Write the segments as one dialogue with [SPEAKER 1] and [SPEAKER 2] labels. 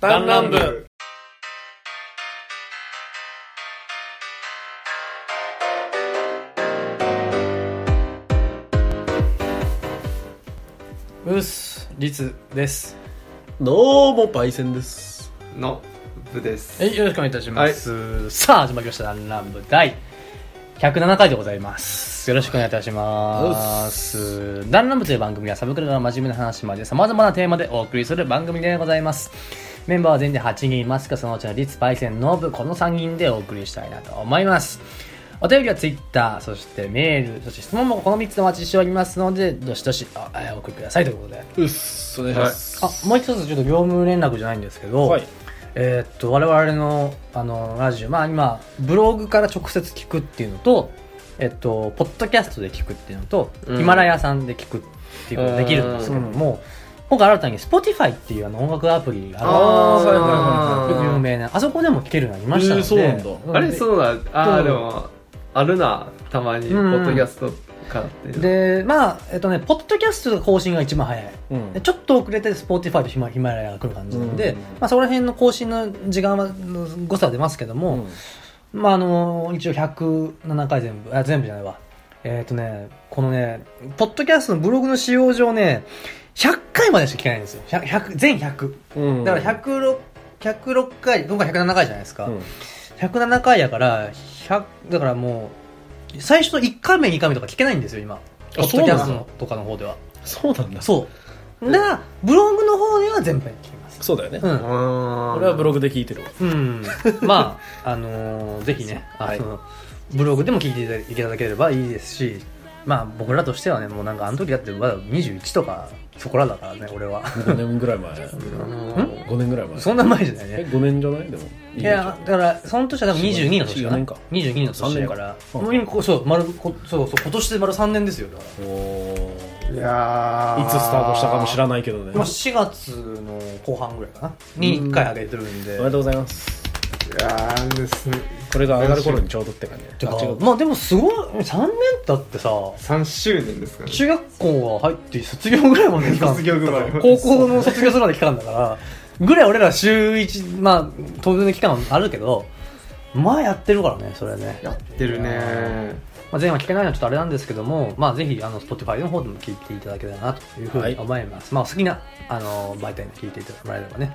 [SPEAKER 1] 弾丸部
[SPEAKER 2] うっすリツです
[SPEAKER 1] どうもパイセンです
[SPEAKER 3] の部です
[SPEAKER 2] はいよろしくお願いいたします、さあ始まりました「ランランブ」第107回でございますよろしくお願いいたします「ダンランブ」という番組はサブクラの真面目な話までさまざまなテーマでお送りする番組でございますメンバーは全員で8人いますがそのうちのリツパイセンノブこの3人でお送りしたいなと思いますお便りはツイッター、そしてメール、そして質問もこの3つでお待ちしておりますので、どしどしあえお送りくださいということで。
[SPEAKER 1] うっすお願いします
[SPEAKER 2] あもう一つちょっと業務連絡じゃないんですけど、
[SPEAKER 1] はい
[SPEAKER 2] えーっと我々のあのラジオまあ今ブログから直接聞くっていうのとえっとポッドキャストで聞くっていうのと、
[SPEAKER 3] うん
[SPEAKER 2] ヒマラヤさんで聞くっていうことができるんですけども、今回新たに Spotify っていうあの音楽アプリがあ
[SPEAKER 1] あーはいはい
[SPEAKER 2] るよく有
[SPEAKER 3] い
[SPEAKER 2] 名なあそこでも聞けるようになりましたので、
[SPEAKER 1] えーそうなんだ
[SPEAKER 3] あれ
[SPEAKER 2] う
[SPEAKER 3] そうだああ
[SPEAKER 2] どう
[SPEAKER 3] でもあるなたまに
[SPEAKER 2] う
[SPEAKER 3] ポ
[SPEAKER 2] ん
[SPEAKER 3] ッドキャストかっていう
[SPEAKER 2] でまあえっとねポッドキャストが更新が一番早い
[SPEAKER 1] うん
[SPEAKER 2] でちょっと遅れて Spotify とヒマヒマラヤが来る感じなんで、
[SPEAKER 1] うん
[SPEAKER 2] まあ、そこら辺の更新の時間はの誤差は出ますけど
[SPEAKER 1] う
[SPEAKER 2] も、まあ、あの一応107回全部あ全部じゃないわえっ、とねこのねポッドキャストのブログの使用上ね100回までしか聞けないんですよ100 100全100
[SPEAKER 1] ん
[SPEAKER 2] だから106 106回今回107回じゃないですか、
[SPEAKER 1] うん
[SPEAKER 2] 107回やから100だからもう最初の1回目2回目とか聞けないんですよ今ポッドキャストのとかの方では
[SPEAKER 1] そうなんだ
[SPEAKER 2] そう。だから、ブログの方では全編聞きます。
[SPEAKER 1] そうだよね
[SPEAKER 2] う。
[SPEAKER 3] うんん
[SPEAKER 1] 俺はブロ
[SPEAKER 3] グ
[SPEAKER 1] グで聞いてるわ
[SPEAKER 2] うん。ま あ、あのーぜひね、あ
[SPEAKER 1] はい
[SPEAKER 2] そのブログでも聞いていただいただければいいですし、まあ僕らとしてはね、もうなんかあの時だってまだ21とかそこらだからね、俺は。
[SPEAKER 1] 5年ぐらい前
[SPEAKER 2] ん
[SPEAKER 1] 5年ぐらい前
[SPEAKER 2] そんな前じゃない
[SPEAKER 1] え
[SPEAKER 2] ね。
[SPEAKER 1] 5年じゃないでも
[SPEAKER 2] いや、だから、その年は多分22の年
[SPEAKER 1] 4
[SPEAKER 2] か
[SPEAKER 1] 年
[SPEAKER 2] な。
[SPEAKER 1] か
[SPEAKER 2] 22の年だか
[SPEAKER 1] 3
[SPEAKER 2] ら。
[SPEAKER 1] 年か
[SPEAKER 2] もう今こう、そう、丸、こそうそう、今年で丸3年ですよ、だから。
[SPEAKER 1] おおー
[SPEAKER 3] いや
[SPEAKER 1] いつスタートしたかも知
[SPEAKER 3] ない
[SPEAKER 1] らないけどね
[SPEAKER 2] まあ4月の後半ぐらいかな。に1回上げてるんで。
[SPEAKER 1] おめでとうございます
[SPEAKER 3] いやーですね
[SPEAKER 1] これが上がる頃にちょうどって感じ
[SPEAKER 2] てか
[SPEAKER 1] あ違う
[SPEAKER 2] まあでもすごい3年だってさ
[SPEAKER 3] 3周年ですからね
[SPEAKER 2] 中学校が入って卒業ぐらいまで期間
[SPEAKER 3] 卒業ぐらい
[SPEAKER 2] 高校の卒業するまで期間だからぐらい俺ら週1まあ当分の期間はあるけどまあやってるからねそれね、
[SPEAKER 3] やってるね
[SPEAKER 2] まあ、前話聞けないのはちょっとあれなんですけどもまあぜひあの Spotify の方でも聞いていただけたらなというふうに思います、まあお好きなあの媒体で聞いていただければね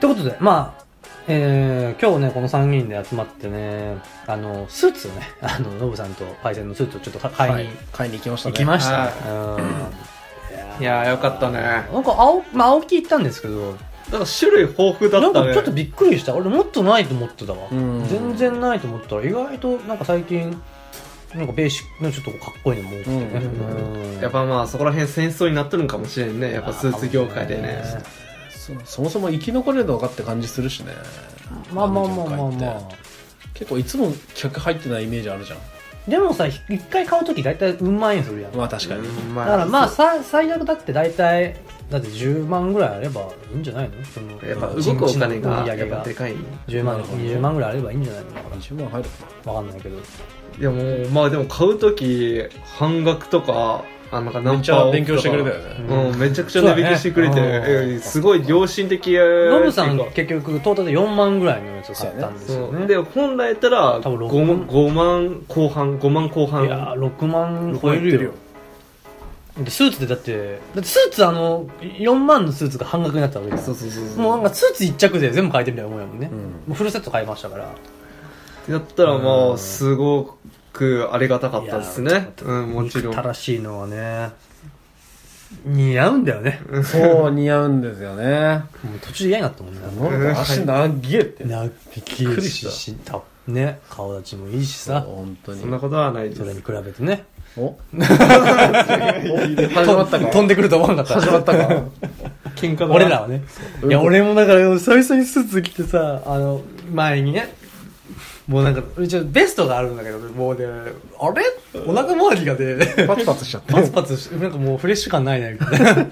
[SPEAKER 2] ということで、まあ、えー今日ね、この3人で集まってね、あの、スーツをね、 あの、ノブさんとパイセンのスーツをちょっとか買いに
[SPEAKER 1] 買いに行きました
[SPEAKER 2] 行
[SPEAKER 1] ね
[SPEAKER 2] きましたね。うん
[SPEAKER 3] いやーよかったね
[SPEAKER 2] なんか青、まあ、青木行ったんですけど、
[SPEAKER 3] なんか種類豊富だ
[SPEAKER 2] な
[SPEAKER 3] っ
[SPEAKER 2] ん
[SPEAKER 3] た
[SPEAKER 2] か
[SPEAKER 3] ね
[SPEAKER 2] ちょっとびっくりした。俺もっとないと思ってたわ。
[SPEAKER 1] うん
[SPEAKER 2] 全然ないと思ったら、意外となんか最近、なんかベーシックのちょっとかっこいいのも多くてね。うん
[SPEAKER 3] やっぱまあそこら辺戦争になってるんかもしれんねやっぱスーツ業界でね
[SPEAKER 1] そそもそも生き残れるのかって感じするしね
[SPEAKER 2] まあまあまあまあ
[SPEAKER 1] の業界
[SPEAKER 2] ま
[SPEAKER 1] っ
[SPEAKER 2] あ
[SPEAKER 1] て。結構いつも客入ってないイメージあるじゃん
[SPEAKER 2] でもさ、一回買うとき大体うん万円するやん。
[SPEAKER 1] まあ確かに、
[SPEAKER 3] うん
[SPEAKER 2] だからまあ
[SPEAKER 3] そ
[SPEAKER 2] さ最悪だって大体だって10万ぐらいあればいいんじゃないのその
[SPEAKER 3] うやっぱ動くお金が
[SPEAKER 2] 売り
[SPEAKER 3] や
[SPEAKER 2] 上
[SPEAKER 3] っ
[SPEAKER 2] げ
[SPEAKER 3] ぱ
[SPEAKER 2] が
[SPEAKER 3] でかいね
[SPEAKER 2] 10万
[SPEAKER 1] なるほどね
[SPEAKER 2] 20万ぐらいあればいいんじゃないのか
[SPEAKER 1] 20万入るか
[SPEAKER 2] なわかんないけど
[SPEAKER 3] いやもうまあでも買う時半額とかあなんか
[SPEAKER 1] な
[SPEAKER 3] ナ
[SPEAKER 1] め
[SPEAKER 3] ン
[SPEAKER 1] っちゃ
[SPEAKER 3] パ
[SPEAKER 1] 勉強してくれたよ
[SPEAKER 3] ね
[SPEAKER 1] ね、
[SPEAKER 3] うん、めちゃくちゃ値引きしてくれて、
[SPEAKER 2] そうだね
[SPEAKER 3] えーすごい良心的
[SPEAKER 2] ノ
[SPEAKER 3] ノ
[SPEAKER 2] ブさん結局トータルで4万ぐらいのやつを買ったんです
[SPEAKER 3] そ
[SPEAKER 2] よ
[SPEAKER 3] う
[SPEAKER 2] ね
[SPEAKER 3] で本来やったら
[SPEAKER 2] 多分六
[SPEAKER 3] 5, 万5万後半5万後
[SPEAKER 2] いや
[SPEAKER 3] 半
[SPEAKER 2] ー6万超えるよでスーツでだってだってスーツあの4万のスーツが半額になったわけです
[SPEAKER 3] そうそうそうそう
[SPEAKER 2] もうなんかスーツ1着で全部買えてみたいなもんやもんね、
[SPEAKER 1] うん
[SPEAKER 2] もうフルセット買いましたから
[SPEAKER 3] やったらま
[SPEAKER 2] うん
[SPEAKER 3] あすごくありがたかったです
[SPEAKER 2] いや
[SPEAKER 3] ねうんもちろん
[SPEAKER 2] 正しいのはね似合うんだよね
[SPEAKER 1] そう似合うんですよね
[SPEAKER 2] もう途中で嫌になったもんね
[SPEAKER 1] なんか足長えって
[SPEAKER 2] なびっく
[SPEAKER 3] りした
[SPEAKER 2] たね顔立ちもいいしさ
[SPEAKER 1] 本当
[SPEAKER 3] そんな
[SPEAKER 1] に
[SPEAKER 3] ことはないで
[SPEAKER 2] それに
[SPEAKER 3] す
[SPEAKER 2] 比べてね
[SPEAKER 1] お お始まったか
[SPEAKER 2] 飛んでくると思わなかっ
[SPEAKER 1] 始
[SPEAKER 2] た
[SPEAKER 1] まったか
[SPEAKER 3] 喧嘩だな
[SPEAKER 2] 俺らはねいや俺もだから久々にスーツ着てさあの前にねもうなんかうちベストがあるんだけどもうねあれお腹周りがね
[SPEAKER 1] パツパツしちゃった
[SPEAKER 2] パツパツしてなんかもうフレッシュ感ないねみたいな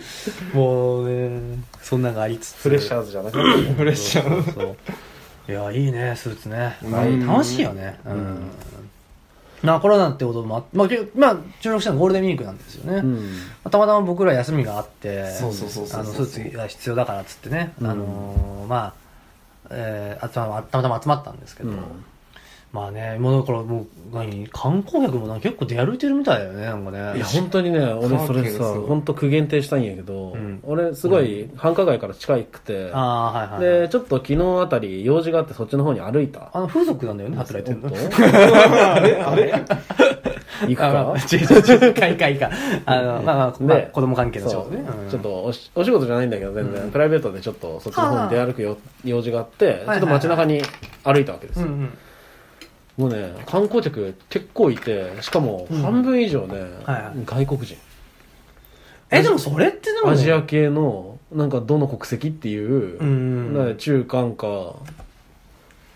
[SPEAKER 2] もうねそんなのがありつつ
[SPEAKER 1] フレッシャーズじゃなくて
[SPEAKER 3] プレッシャー
[SPEAKER 2] そういやいいねスーツね
[SPEAKER 3] うん
[SPEAKER 2] 楽しいよねうん、
[SPEAKER 1] ん
[SPEAKER 2] まあコロナってこともあって、まあ、けまあ、収録したのはゴールデンウィークなんですよね。
[SPEAKER 1] うん
[SPEAKER 2] まあたまたま僕ら休みがあって、
[SPEAKER 3] そうそうそうそう
[SPEAKER 2] あのスーツが必要だからっつってね、
[SPEAKER 1] うん
[SPEAKER 2] あのーまあ、えー、あたまたま集まったんですけど、
[SPEAKER 1] うん
[SPEAKER 2] まあね、もうだからもう、何、観光客もなんか結構出歩いてるみたいだよね、なんかね。
[SPEAKER 1] いや本当にね俺それ
[SPEAKER 3] す
[SPEAKER 1] さ
[SPEAKER 3] ごい
[SPEAKER 1] 本当苦言呈したいんやけど、
[SPEAKER 2] うん
[SPEAKER 1] 俺すごい繁華街から近くて、
[SPEAKER 2] ああー、はいはいはい。
[SPEAKER 1] でちょっと昨日あたり用事があってそっちの方に歩いた
[SPEAKER 2] あの、風俗なんだよね、働いてるの。
[SPEAKER 1] 行くか
[SPEAKER 2] あまあ違 う違う違う、かいかいか。あの、まあまあ、まあ
[SPEAKER 1] で
[SPEAKER 2] 子供関係の仕
[SPEAKER 1] そ
[SPEAKER 2] 事
[SPEAKER 1] う
[SPEAKER 2] ね。うん
[SPEAKER 1] ちょっとおしお仕事じゃないんだけど全然、プライベートでちょっとそっちの方に出歩くよ用事があってちょっと街中に歩いたわけです
[SPEAKER 2] うん
[SPEAKER 1] よ、
[SPEAKER 2] うん。
[SPEAKER 1] もうね観光客結構いてしかも半分以上ね、
[SPEAKER 2] はいは
[SPEAKER 1] 外
[SPEAKER 2] い
[SPEAKER 1] 国人
[SPEAKER 2] え、でもそれってでも、
[SPEAKER 1] アジア系のなんかどの国籍っていう、
[SPEAKER 2] うん
[SPEAKER 1] なんか中韓か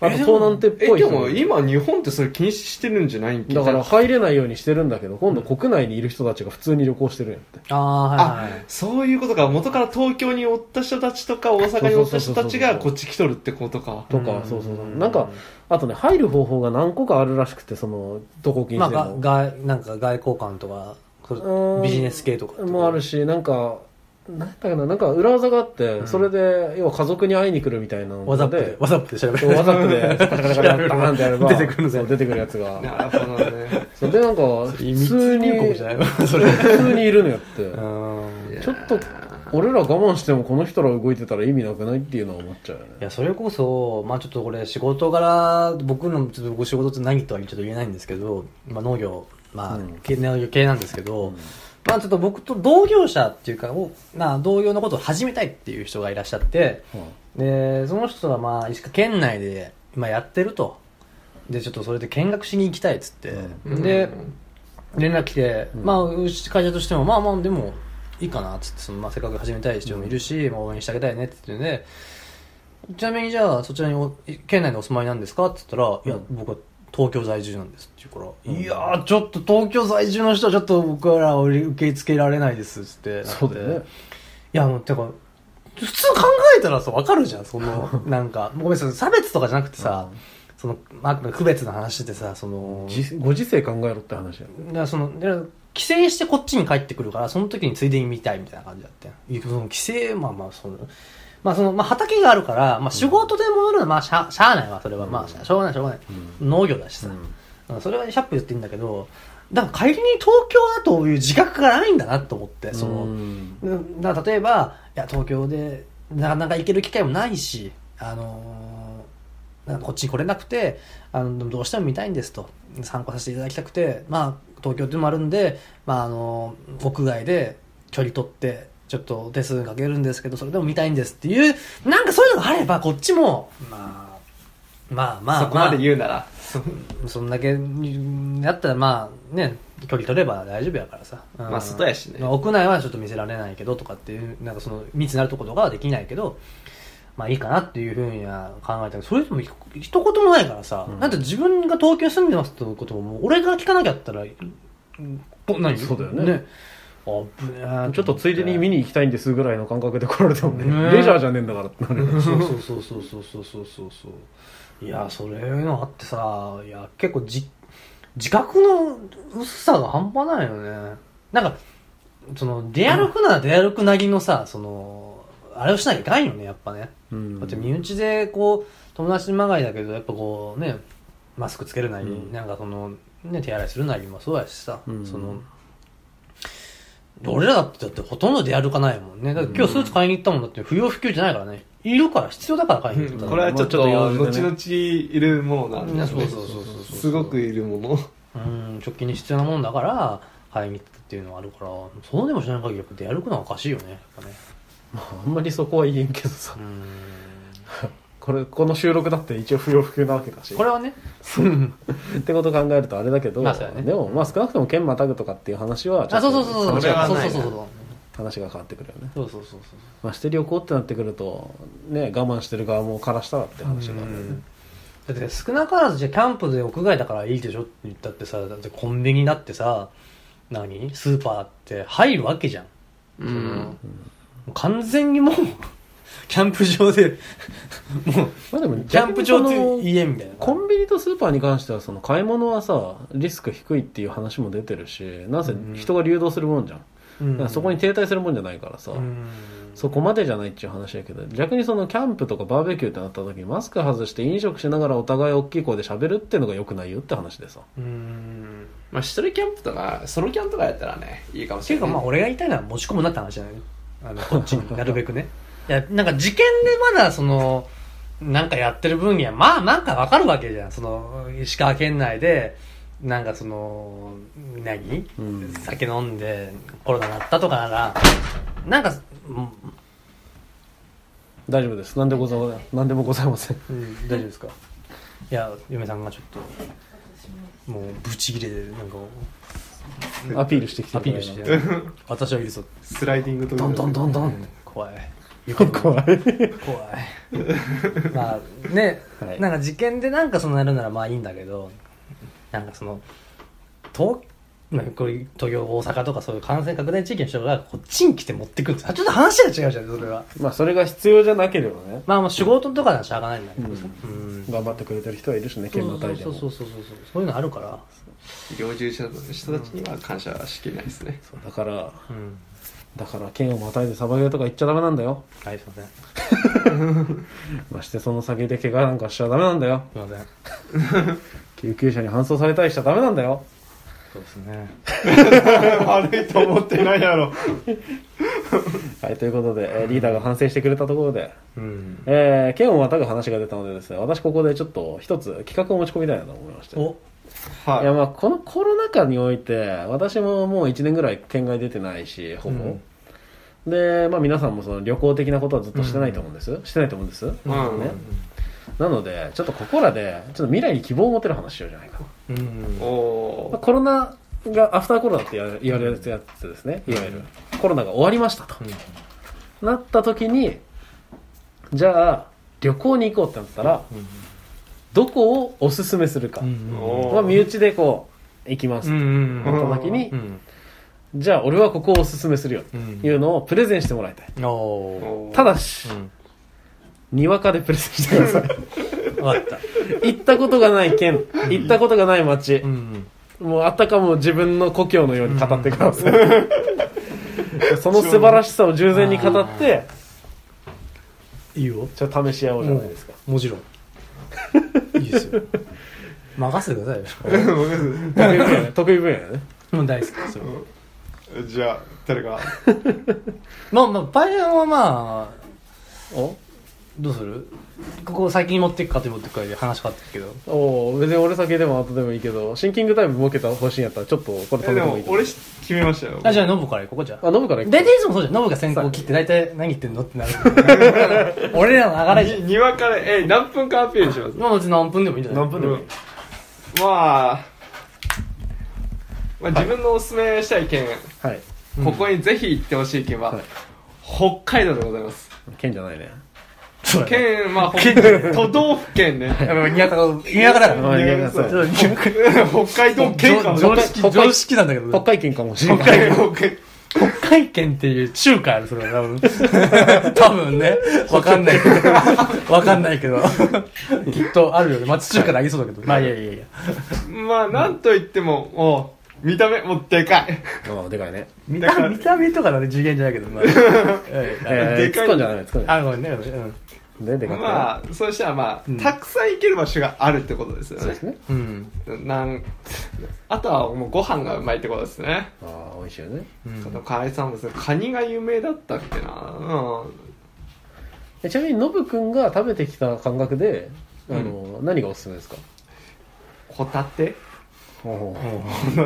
[SPEAKER 1] あと
[SPEAKER 3] え
[SPEAKER 1] 東南ってっぽい
[SPEAKER 3] で
[SPEAKER 1] 人
[SPEAKER 3] も
[SPEAKER 1] も
[SPEAKER 3] えでも今日本ってそれ禁止してるんじゃないんけ
[SPEAKER 1] だから入れないようにしてるんだけど今度国内にいる人たちが普通に旅行してるんやって
[SPEAKER 2] ああ、はい
[SPEAKER 3] あ
[SPEAKER 2] はい。
[SPEAKER 3] そういうことか元から東京におった人たちとか大阪におった人たちがこっち来とるってことか
[SPEAKER 1] とか、そうそうそう
[SPEAKER 2] うん
[SPEAKER 1] なんかあとね入る方法が何個かあるらしくてそのどこ禁
[SPEAKER 2] ま
[SPEAKER 1] 止
[SPEAKER 2] あ、
[SPEAKER 1] で
[SPEAKER 2] が
[SPEAKER 1] も、
[SPEAKER 2] がなんか外交官とかそれ
[SPEAKER 1] うん
[SPEAKER 2] ビジネス系とかってこと
[SPEAKER 1] もあるしなんかなんだっけななんか裏技があって、
[SPEAKER 2] ん
[SPEAKER 1] それで要は家族に会いに来るみたいなの
[SPEAKER 2] わざっ
[SPEAKER 1] で
[SPEAKER 2] でわざっで調べ
[SPEAKER 1] そうわざと でカチャカチャカチャバーンってやれば
[SPEAKER 2] 出てくるんですよ
[SPEAKER 1] そう出てくるやつが
[SPEAKER 3] なるほどね
[SPEAKER 1] それでなんか普通に
[SPEAKER 2] 入国じゃないのそれ
[SPEAKER 1] 普通にいるのやって
[SPEAKER 2] うん
[SPEAKER 1] ちょっと俺ら我慢してもこの人ら動いてたら意味なくないっていうのは思っちゃうよね
[SPEAKER 2] いやそれこそまあちょっとこれ仕事柄僕のちょっとご仕事って何とはちょっと言えないんですけどまあ農業まあ、
[SPEAKER 1] うん
[SPEAKER 2] 系農業系なんですけど、まあちょっと僕と同業者っていうか、おまあ同業のことを始めたいっていう人がいらっしゃって、でその人はまあ石川県内で今やってるとでちょっとそれで見学しに行きたいっつって、
[SPEAKER 3] うん
[SPEAKER 2] で連絡来て、
[SPEAKER 1] ん
[SPEAKER 2] まあうち会社としてもまあまあでもいいかなっつってその、まあ、せっかく始めたい人もいるし、まあ応援してあげたいねって言ってねちなみにじゃあそちらにお県内にお住まいなんですかって言ったら、いや僕は東京在住なんですって言うから、いやーちょっと東京在住の人はちょっと僕らは受け付けられないですっつってなって
[SPEAKER 1] そうだよね
[SPEAKER 2] いや、もう、てか、普通考えたらさ、わかるじゃん、そ の、なんか、ごめんなさい、差別とかじゃなくてさ、その、まあ、区別の話ってさ、その、
[SPEAKER 1] じご時世考えろって話やね
[SPEAKER 2] だからその、だから帰省してこっちに帰ってくるから、その時についでに見たいみたいな感じだったよいやその帰省、まあまあ、その、まあその、まあ畑があるから、まあ仕事で戻るのは、まあしゃ、しゃあないわ、それは。まあ、しゃしょうがない、しょうがない。農業だしさ。うんそれは100歩言っていいんだけど、だから仮に東京だという自覚がないんだなと思って、その、
[SPEAKER 1] うん
[SPEAKER 2] うんだから例えばいや東京でなかなか行ける機会もないし、あのーなんかこっちに来れなくてあのでもどうしても見たいんですと参考させていただきたくて、まあ、東京っていうのもあるんで、まああのー屋外で距離取ってちょっと手数かけるんですけどそれでも見たいんですっていうなんかそういうのがあればこっちもまあまあまあ、
[SPEAKER 3] そこまで言うなら
[SPEAKER 2] そんだけにやったらまあね距離取れば大丈夫やからさ、うん
[SPEAKER 3] まあ外やしね
[SPEAKER 2] まあ屋内はちょっと見せられないけどとかっていうなんかその密になるとことかはできないけどまあいいかなっていうふうには考えたけどそれでも一一言もないからさ、なんて自分が東京住んでますってことももう俺が聞かなきゃったらうんぼ何
[SPEAKER 1] そうだよね
[SPEAKER 2] あぶねー
[SPEAKER 1] ちょっとついでに見に行きたいんですぐらいの感覚で来られても
[SPEAKER 2] ね
[SPEAKER 1] ねレジャーじゃねえんだからってなる
[SPEAKER 2] そうそうそうそうそうそうそうそうそういやそれのあってさいや結構じ自覚の薄さが半端ないよねなんかその出歩くなら出歩くなりのさそのあれをしなきゃいかんよねやっぱね、
[SPEAKER 1] うん
[SPEAKER 2] だって身内でこう友達まがいだけどやっぱこうねマスクつけるなり、なんかその、ね、手洗いするなりもそうやしさ、
[SPEAKER 1] うん
[SPEAKER 2] その俺らだってだってほとんど出歩かないもんねだって今日スーツ買いに行ったもんだって不要不急じゃないからねいるから必要だから買いに行った
[SPEAKER 3] これはちょっと
[SPEAKER 1] まあちょっと用
[SPEAKER 3] 後
[SPEAKER 1] 事でね
[SPEAKER 3] 々いるものなんだよ
[SPEAKER 2] そう
[SPEAKER 3] ね
[SPEAKER 2] そうそうそうそう
[SPEAKER 3] すごくいるもの
[SPEAKER 2] うん直近に必要なもんだから買いに行ったっていうのはあるからそうでもしない限りやっぱ出歩くのはおかしいよねやっぱね
[SPEAKER 1] あんまりそこは言えんけどさ
[SPEAKER 2] うん
[SPEAKER 1] これこの収録だって一応不要不急なわけだし
[SPEAKER 2] これはね
[SPEAKER 1] ってこと考えるとあれだけど、
[SPEAKER 2] まあそうだね
[SPEAKER 1] でもまあ少なくとも県またぐとかっていう話はちょ
[SPEAKER 2] あ
[SPEAKER 1] っと
[SPEAKER 2] そうそうそうそう
[SPEAKER 1] 話
[SPEAKER 2] そ
[SPEAKER 3] それ
[SPEAKER 1] が
[SPEAKER 3] は
[SPEAKER 2] う
[SPEAKER 3] な
[SPEAKER 2] そ
[SPEAKER 3] い
[SPEAKER 2] うそう
[SPEAKER 3] な
[SPEAKER 2] そう
[SPEAKER 1] 話が変わってくるよね、
[SPEAKER 2] そうそうそうそう
[SPEAKER 1] まあ、して旅行ってなってくるとね我慢してる側もからしたらって話になるよね
[SPEAKER 2] だって少なからずじゃあキャンプで屋外だからいいでしょって言ったってさだってコンビニだってさ何スーパーって入るわけじゃん、
[SPEAKER 3] うん
[SPEAKER 2] もう完全にもう キャンプ場でもう
[SPEAKER 1] まあでも
[SPEAKER 2] キャンプ場
[SPEAKER 1] 逆に
[SPEAKER 2] と
[SPEAKER 1] その
[SPEAKER 2] 家みたいな
[SPEAKER 1] コンビニとスーパーに関してはその買い物はさリスク低いっていう話も出てるしなんせ
[SPEAKER 2] うん
[SPEAKER 1] 人が流動するもんじゃん、だからそこに停滞するもんじゃないからさ、
[SPEAKER 2] うん
[SPEAKER 1] そこまでじゃないっていう話やけど逆にそのキャンプとかバーベキューってなった時にマスク外して飲食しながらお互い大きい声で喋るっていうのが良くないよって話でさ
[SPEAKER 2] うん
[SPEAKER 3] まあ一人キャンプとかソロキャンとかやったらねいいかもして
[SPEAKER 2] い
[SPEAKER 3] れな
[SPEAKER 2] うか
[SPEAKER 3] い
[SPEAKER 2] まあ俺が言いたいのは持ち込むなって話じゃないあのこっち になるべくねいやなんか事件でまだそのなんかやってる分にはまあなんかわかるわけじゃんその石川県内でなんかその何、
[SPEAKER 1] うん
[SPEAKER 2] 酒飲んでコロナになったとかならなんか、
[SPEAKER 1] 大丈夫です何でござ何でもございません
[SPEAKER 2] うん、大丈夫ですかいや嫁さんがちょっともうブチギレでなんか
[SPEAKER 1] アピールしてきて
[SPEAKER 2] ア
[SPEAKER 1] る
[SPEAKER 2] ピールして 私はいるぞ
[SPEAKER 3] スライディングと
[SPEAKER 1] どんどんどんどん
[SPEAKER 2] 怖 い
[SPEAKER 1] 怖い
[SPEAKER 2] 怖いまあね、
[SPEAKER 1] はい
[SPEAKER 2] なんか事件でなんかそのやるならまあいいんだけどなんかその東まあこれ東京大阪とかそういう感染拡大地域の人がこっちに来て持ってくるんですあちょっと話が違うじゃんそれは
[SPEAKER 1] まあそれが必要じゃなければね
[SPEAKER 2] まあもう仕事とかはしゃあがないんだけど
[SPEAKER 1] うん
[SPEAKER 2] さうん
[SPEAKER 1] 頑張ってくれてる人はいるしね県の体で
[SPEAKER 2] そ
[SPEAKER 1] も
[SPEAKER 2] うそうそうそうそうそういうのあるから
[SPEAKER 3] 医療従事者の人たちには感謝しきれないですね、
[SPEAKER 1] そうだから
[SPEAKER 2] うん
[SPEAKER 1] だから県をまたいでサバゲーとか行っちゃダメなんだよ
[SPEAKER 2] はいすいませんす
[SPEAKER 1] ましてその先で怪我なんかしちゃダメなんだよ
[SPEAKER 2] いません
[SPEAKER 1] 救急車に搬送されたりしちゃダメなんだよ
[SPEAKER 2] そうですね
[SPEAKER 3] 悪いと思ってないやろ
[SPEAKER 1] はいということで、えーリーダーが反省してくれたところで、
[SPEAKER 2] うん
[SPEAKER 1] えー、県をまたぐ話が出たのでですね私ここでちょっと一つ企画を持ち込みたいなと思いまして
[SPEAKER 2] お
[SPEAKER 1] いや
[SPEAKER 3] は
[SPEAKER 1] まあこのコロナ禍において私ももう1年ぐらい県外出てないしほぼ、で、まあ、皆さんもその旅行的なことはずっとしてないと思うんです、してないと思うんです、
[SPEAKER 3] ん
[SPEAKER 1] ね、なのでちょっとここらでちょっと未来に希望を持てる話しようじゃないか、
[SPEAKER 2] う
[SPEAKER 3] い
[SPEAKER 2] ん
[SPEAKER 3] お
[SPEAKER 1] まあ、
[SPEAKER 3] お
[SPEAKER 1] コロナがアフターコロナってや言われるやつですねいわゆる、コロナが終わりましたと、なった時にじゃあ旅行に行こうってなったら、どこをおすすめするか、
[SPEAKER 2] うん
[SPEAKER 3] お
[SPEAKER 1] まあ、身内でこう行きます
[SPEAKER 2] うんうん
[SPEAKER 1] なった時に、
[SPEAKER 2] うん
[SPEAKER 1] じゃあ俺はここをおすすめするよ
[SPEAKER 2] う
[SPEAKER 1] い
[SPEAKER 2] ん
[SPEAKER 1] うのをプレゼンしてもらいたい
[SPEAKER 2] おー
[SPEAKER 3] おー
[SPEAKER 1] ただし、にわかでプレゼンしてくださ
[SPEAKER 2] 分かった。
[SPEAKER 1] い行ったことがない県行ったことがない町、
[SPEAKER 2] ん。
[SPEAKER 1] もうあたかも自分の故郷のように語ってください、その素晴らしさを従前に語って
[SPEAKER 2] いいよ。
[SPEAKER 1] ちょっと試し合おうじゃないですか、
[SPEAKER 2] もちろ ん。いいですよ。任せてくださいよ。
[SPEAKER 1] 得意分野ね得意分野ね
[SPEAKER 2] もう大好きですよ。
[SPEAKER 3] じゃあ誰か
[SPEAKER 2] まあまあ、パイオンはまあ、
[SPEAKER 1] お
[SPEAKER 2] どうするここ先に持っていくかと持っていくかで話変わってくけど。
[SPEAKER 1] おう別に俺先でも後でもいいけどシンキングタイム設けた方針やったらちょっとこれ
[SPEAKER 3] え
[SPEAKER 1] 食べ
[SPEAKER 3] で
[SPEAKER 1] ても
[SPEAKER 3] も
[SPEAKER 1] いい
[SPEAKER 3] 俺し決めましたよ
[SPEAKER 2] あ、じゃあノブから行こうここじゃ
[SPEAKER 1] あ
[SPEAKER 2] あ。
[SPEAKER 1] 飲むから
[SPEAKER 2] 大
[SPEAKER 1] 行く
[SPEAKER 2] 体いつもそうじゃん。ノブが先行切って大体何言ってんのってなる。俺らの流れじゃ
[SPEAKER 3] ににわかでえ何分かアピールします
[SPEAKER 2] ん。まあ別に何分でもいいんじゃない
[SPEAKER 1] 何分でもいい、
[SPEAKER 3] まあ、まあ、自分のおすすめしたい県、
[SPEAKER 1] はい
[SPEAKER 3] ここにぜひ行ってほしい県は、
[SPEAKER 1] はい
[SPEAKER 3] 北海道でございます
[SPEAKER 1] 県じゃないね
[SPEAKER 2] そうだね。
[SPEAKER 3] 県まあ北都道府県ね
[SPEAKER 2] いやまあ新潟が、新潟だから。
[SPEAKER 1] はい新潟
[SPEAKER 2] そう新潟
[SPEAKER 3] 北海道県かも
[SPEAKER 2] 常識、常識なんだけど。
[SPEAKER 1] 北海県かもしれ
[SPEAKER 3] 北
[SPEAKER 1] ない
[SPEAKER 3] 海道県
[SPEAKER 2] 北海圏っていう中華ある、それは多 分。多分ね。わかんないけど。わかんないけど。きっとあるよね。町中華でありそうだけど。まあいやいやいや。
[SPEAKER 3] まあなんと言ってももう見た目もうでかい
[SPEAKER 1] ああでか いね
[SPEAKER 2] 見
[SPEAKER 3] だから
[SPEAKER 2] た見た目とかだね、次元じゃないけど。ま あはいはい
[SPEAKER 1] えー、
[SPEAKER 3] で
[SPEAKER 1] 突
[SPEAKER 3] か
[SPEAKER 1] っ
[SPEAKER 3] い
[SPEAKER 1] 込んじゃダメ突っ込んじゃ
[SPEAKER 2] あ、ごめんね。うん
[SPEAKER 1] ダメででかくて、
[SPEAKER 3] まあそうしたらまあ、
[SPEAKER 2] ん
[SPEAKER 3] たくさん行ける場所があるってことですよ
[SPEAKER 1] そうで
[SPEAKER 3] ね
[SPEAKER 1] すね
[SPEAKER 2] うん。
[SPEAKER 3] なんあとはもうご飯がうまいってことですね、
[SPEAKER 1] ああ美味しいよね
[SPEAKER 2] うん
[SPEAKER 3] あと海産物カニが有名だったっけな
[SPEAKER 1] えちなみにノブくんが食べてきた感覚であの、何がおすすめですか
[SPEAKER 3] うんホタテ
[SPEAKER 1] ほう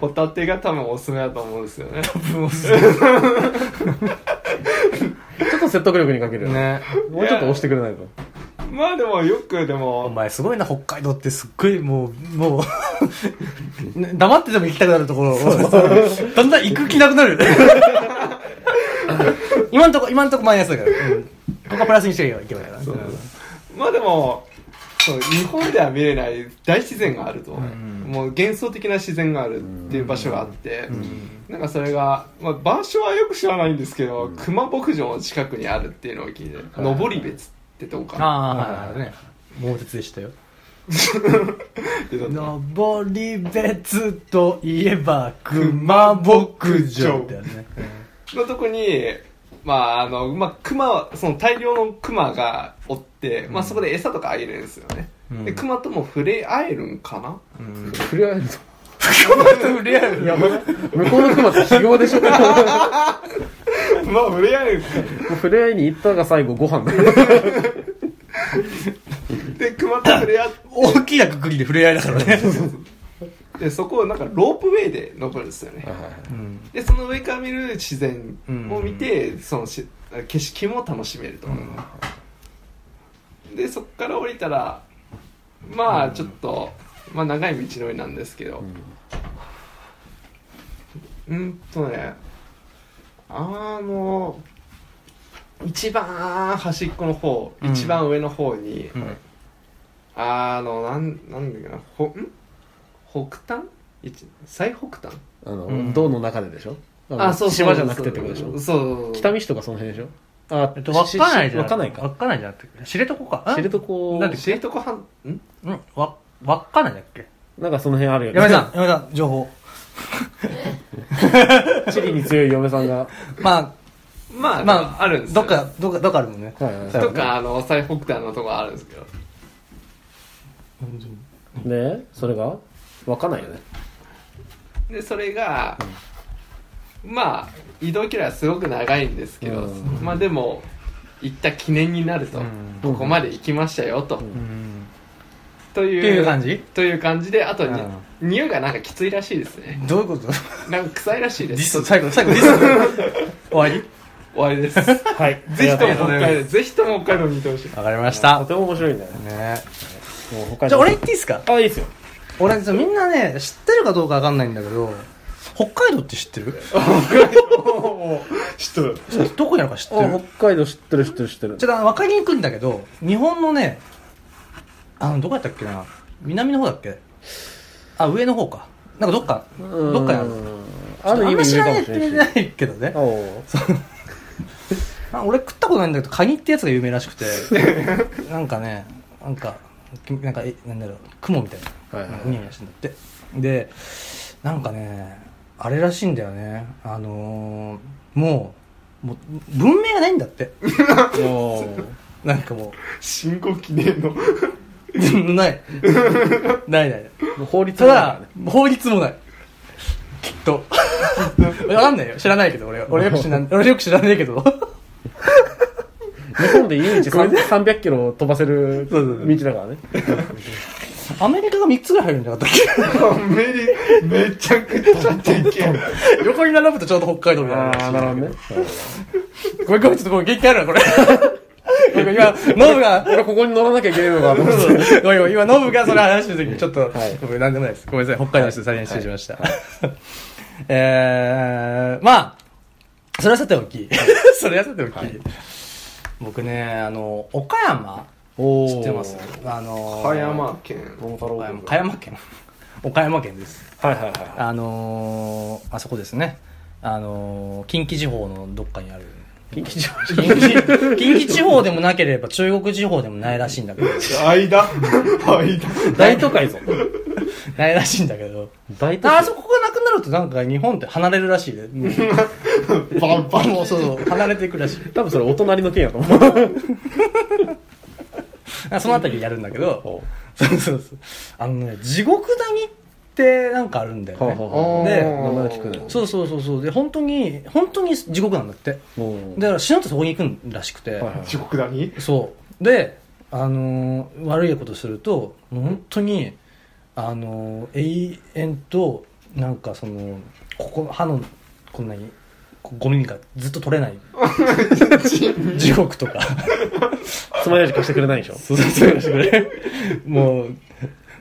[SPEAKER 3] ホタテが多分おすすめだと思うんですよね
[SPEAKER 1] ちょっと説得力に欠けるよね
[SPEAKER 2] ね。
[SPEAKER 1] もうちょっと押してくれないと
[SPEAKER 3] まあでもよくで
[SPEAKER 2] お
[SPEAKER 3] も
[SPEAKER 2] 前すごいな、北海道ってすっごいもう、もう ね、黙ってても行きたくなるところを、だんだん行く気なくなるよね。 今んとこ、今んとこマイナスだから。うんここはプラスにしていけばいいから。
[SPEAKER 3] そうまあでもそう日本では見れない大自然があると、
[SPEAKER 2] ん
[SPEAKER 3] もう幻想的な自然があるっていう場所があって、
[SPEAKER 2] うん
[SPEAKER 3] なんかそれが、まあ、場所はよく知らないんですけど、熊牧場の近くにあるっていうのを聞いて、
[SPEAKER 1] はい
[SPEAKER 3] 登別ってどうかな
[SPEAKER 2] ああ、はいはいはい、ね。猛烈でしたよ。
[SPEAKER 3] ってなった
[SPEAKER 2] 登別といえば、熊牧場だよね。
[SPEAKER 3] のとこに、まあ、あの、まあ、熊は、その大量の熊がおって、まあ、そこで餌とかあげるんですよね。
[SPEAKER 2] うん
[SPEAKER 3] で、熊とも触れ合えるんかな
[SPEAKER 2] うん
[SPEAKER 1] 触れ合えるぞ
[SPEAKER 3] 触れ合える
[SPEAKER 1] 向こうの熊って修行でしょ触
[SPEAKER 3] まあ、触れ合える。
[SPEAKER 1] れ合いに行ったが最後ご飯だよ
[SPEAKER 3] で、熊と触れ合っ
[SPEAKER 2] 大きなくくりで触れ合いだからね。
[SPEAKER 3] て、そこをなんかロープウェイで登るんですよね。
[SPEAKER 2] うん
[SPEAKER 3] で、その上から見る自然を見て、そのし景色も楽しめると。で、そこから降りたら、まあ、ちょっと、まあ、長い道のりなんですけど、うんとねあの一番端っこの方、
[SPEAKER 2] うん
[SPEAKER 3] 一番上の方に、
[SPEAKER 2] うん
[SPEAKER 3] あのなんなんだっけなほん北端一最北端
[SPEAKER 1] あ
[SPEAKER 2] う
[SPEAKER 1] の
[SPEAKER 2] ん
[SPEAKER 1] 銅の中ででしょあの島じゃなくてってことでしょ
[SPEAKER 3] そうそう
[SPEAKER 1] 北見市とかその辺でしょあ
[SPEAKER 2] えっと、わかんないじゃん。
[SPEAKER 1] わかんないか
[SPEAKER 2] わかんないじゃん。知床か。
[SPEAKER 1] 知床
[SPEAKER 2] なんで
[SPEAKER 3] 知床半ん
[SPEAKER 2] んうん。わ、わかんないだっけ
[SPEAKER 1] なんかその辺あるよね
[SPEAKER 2] 山井さん、 山井さん、情報。
[SPEAKER 1] 地理に強い嫁さ んが
[SPEAKER 2] ま
[SPEAKER 3] ま
[SPEAKER 2] あ、
[SPEAKER 3] あ、
[SPEAKER 2] ま
[SPEAKER 3] ま
[SPEAKER 2] あ、
[SPEAKER 3] あ、あるんです
[SPEAKER 2] ど
[SPEAKER 3] よ
[SPEAKER 2] っか、どっか、どっかあるもんね。
[SPEAKER 1] はいはい
[SPEAKER 3] どっかあの最北端のとこあるんですけど
[SPEAKER 1] でそれがわかんないよね
[SPEAKER 3] でそれが、まあ移動距離はすごく長いんですけど、
[SPEAKER 1] うん
[SPEAKER 3] まあでも行った記念になると、
[SPEAKER 2] うん
[SPEAKER 3] ここまで行きましたよと、
[SPEAKER 1] ん
[SPEAKER 2] うん。
[SPEAKER 3] という
[SPEAKER 2] っていう感じ
[SPEAKER 3] という感じであとに
[SPEAKER 2] うん
[SPEAKER 3] 匂いがなんかきついらしいですね
[SPEAKER 2] どういうこと
[SPEAKER 3] なんか臭いらしい
[SPEAKER 2] デ
[SPEAKER 3] で
[SPEAKER 2] ィ
[SPEAKER 3] す
[SPEAKER 2] ス、最後、最後、ディス。 終わり
[SPEAKER 3] 終わりですぜ
[SPEAKER 1] はい
[SPEAKER 3] ひとも
[SPEAKER 2] ありがとう
[SPEAKER 3] 北
[SPEAKER 2] ございます
[SPEAKER 3] 海道ぜひとも北海道に行ってほ しい
[SPEAKER 2] わかりまし
[SPEAKER 1] と
[SPEAKER 2] た。
[SPEAKER 1] ても面白いんだよね
[SPEAKER 2] ね
[SPEAKER 1] もう他に
[SPEAKER 2] じゃあ、俺言っていいですか
[SPEAKER 1] あいいっすよ
[SPEAKER 2] 俺、そうみんなね、知ってるかどうかわかんないんだけど、北海道って知ってる
[SPEAKER 3] 知ってる
[SPEAKER 2] どこにあるか知って
[SPEAKER 1] あ
[SPEAKER 2] る
[SPEAKER 1] 北海道知ってる知ってる知ってる
[SPEAKER 2] ちょっとあのわかりにくいんだけど、日本のね、あの、どこやったっけな南の方だっけあ、上の方か。なんかどっか、
[SPEAKER 1] うん
[SPEAKER 2] どっかにある。
[SPEAKER 1] ある
[SPEAKER 2] あ
[SPEAKER 1] 意
[SPEAKER 2] んま
[SPEAKER 1] 味
[SPEAKER 2] 知
[SPEAKER 1] 上
[SPEAKER 2] ら
[SPEAKER 1] か
[SPEAKER 2] な
[SPEAKER 1] も
[SPEAKER 2] い
[SPEAKER 1] し
[SPEAKER 2] って
[SPEAKER 1] れ
[SPEAKER 2] な
[SPEAKER 1] ないし
[SPEAKER 2] いけどね
[SPEAKER 1] あ。おう
[SPEAKER 2] あ俺食ったことないんだけど、カニってやつが有名ら しくて。なんかね、なんか、きなんか、え、なんだろう、雲みたいな。
[SPEAKER 1] はいはいはい
[SPEAKER 2] なんかうにゃうにゃしてんだって。で、なんかね、あれらしいんだよね。あのーもう、もう、文明がないんだって。
[SPEAKER 1] おう
[SPEAKER 2] なんかも
[SPEAKER 3] 深刻記念の
[SPEAKER 2] う、 ない。ないないない。
[SPEAKER 1] もう法律
[SPEAKER 2] た
[SPEAKER 1] もあ
[SPEAKER 2] だ
[SPEAKER 1] るか、
[SPEAKER 2] 法律もない。きっと。 わかんないよ。知らないけど、俺は。俺よく知らん、俺よく知らないけど。
[SPEAKER 1] らね日本で唯一300キロ飛ばせる
[SPEAKER 2] そうそうそう
[SPEAKER 1] 道だからね
[SPEAKER 2] アメリカが3つぐらい入るんじゃなかったっ
[SPEAKER 3] めりめちゃくちゃでけえ
[SPEAKER 2] け 横に並ぶとちょうど北海道みたいな。
[SPEAKER 1] ああなるほどね
[SPEAKER 2] ごめんごめん、ちょっとごめん、元気あるな、これ。 ごめん今、ノブが、
[SPEAKER 1] 俺ここに乗らなきゃいけないのかと思って
[SPEAKER 2] ごめんごめん、今、ノブがそれ話してる時に、ちょっと、
[SPEAKER 1] はい
[SPEAKER 2] ごめん、なんでもないです。ごめんなさい、北海道の人、再現してしまいました。 えー、まあ、それはさておき。 それはさておき。僕ね、あの、岡山、
[SPEAKER 1] お
[SPEAKER 2] 知ってますあの、
[SPEAKER 3] 岡山県
[SPEAKER 1] 桃太郎
[SPEAKER 2] 岡山岡山県。 岡山県です。
[SPEAKER 1] はいはいは
[SPEAKER 2] あのー、あそこですね。あのー、近畿地方のどっかにある。
[SPEAKER 1] い近畿地方
[SPEAKER 2] 近畿近畿地方でもなければ中国地方でもないらしいんだけど。
[SPEAKER 3] 間間
[SPEAKER 1] 大都会ぞ
[SPEAKER 2] ないらしいんだけど。
[SPEAKER 1] 大都
[SPEAKER 2] あ
[SPEAKER 1] 会
[SPEAKER 2] そこがなくなるとなんか日本って離れるらしいで。もう
[SPEAKER 3] バンバン
[SPEAKER 2] もうそうそう、離れていくらしい。
[SPEAKER 1] 多分それお隣の県やと思う
[SPEAKER 2] あそのあたりやるんだけど。そうそうそう。あのね、地獄谷ってなんかあるんだよ
[SPEAKER 1] は
[SPEAKER 2] ね。
[SPEAKER 1] は
[SPEAKER 2] で
[SPEAKER 1] 名前は聞くね
[SPEAKER 2] そうそうそうそう。で、本当に、本当に地獄なんだって。
[SPEAKER 1] もう
[SPEAKER 2] だから死ぬとそこに行くらしくて。
[SPEAKER 1] はいはい
[SPEAKER 3] 地獄だに
[SPEAKER 2] そうで、あのー悪いことするともう本当に、あのー永遠となんかそのここ歯のこんなにこうゴミがずっと取れない地獄とか
[SPEAKER 1] つまようじ貸してくれないでしょ
[SPEAKER 2] そうそういうのしてくれもう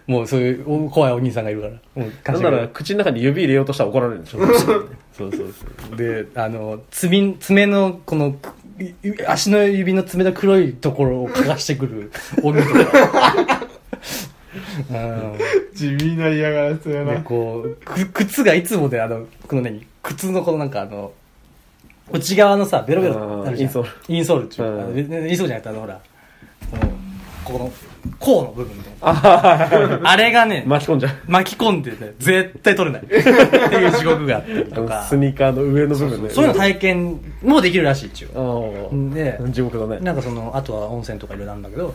[SPEAKER 2] もうそういうお怖いお兄さんがいるからもう
[SPEAKER 1] なん
[SPEAKER 2] 貸して
[SPEAKER 1] な
[SPEAKER 2] くれ
[SPEAKER 1] ら口の中に指入れようとしたら怒られるでしょ
[SPEAKER 2] そうそうそうであの爪爪のこのくい足の指の爪の黒いところを嗅がしてくる女とかうん
[SPEAKER 3] 地味な嫌がらせや
[SPEAKER 2] で
[SPEAKER 3] な
[SPEAKER 2] こうく靴がいつもであのこの何靴のこのなんかあの、内側のさ、ベロベロなるじゃん
[SPEAKER 1] あーインソール。
[SPEAKER 2] インソールっていう
[SPEAKER 1] うん
[SPEAKER 2] かあの。インソールじゃなくてあの、ほら、この、ここの、甲の部分みたいな。
[SPEAKER 1] あはは
[SPEAKER 2] あれがね、
[SPEAKER 1] 巻き込んじゃう
[SPEAKER 2] 巻き込んでね、絶対取れない。っていう地獄があったり
[SPEAKER 1] あ
[SPEAKER 2] と
[SPEAKER 1] の
[SPEAKER 2] か
[SPEAKER 1] ス。ニーカーの上の部分ね
[SPEAKER 2] そういうの体験もできるらしい、一応。
[SPEAKER 1] あ
[SPEAKER 2] で
[SPEAKER 1] あ、地獄だね
[SPEAKER 2] なんかその、あとは温泉とかいろいろあるんだけど、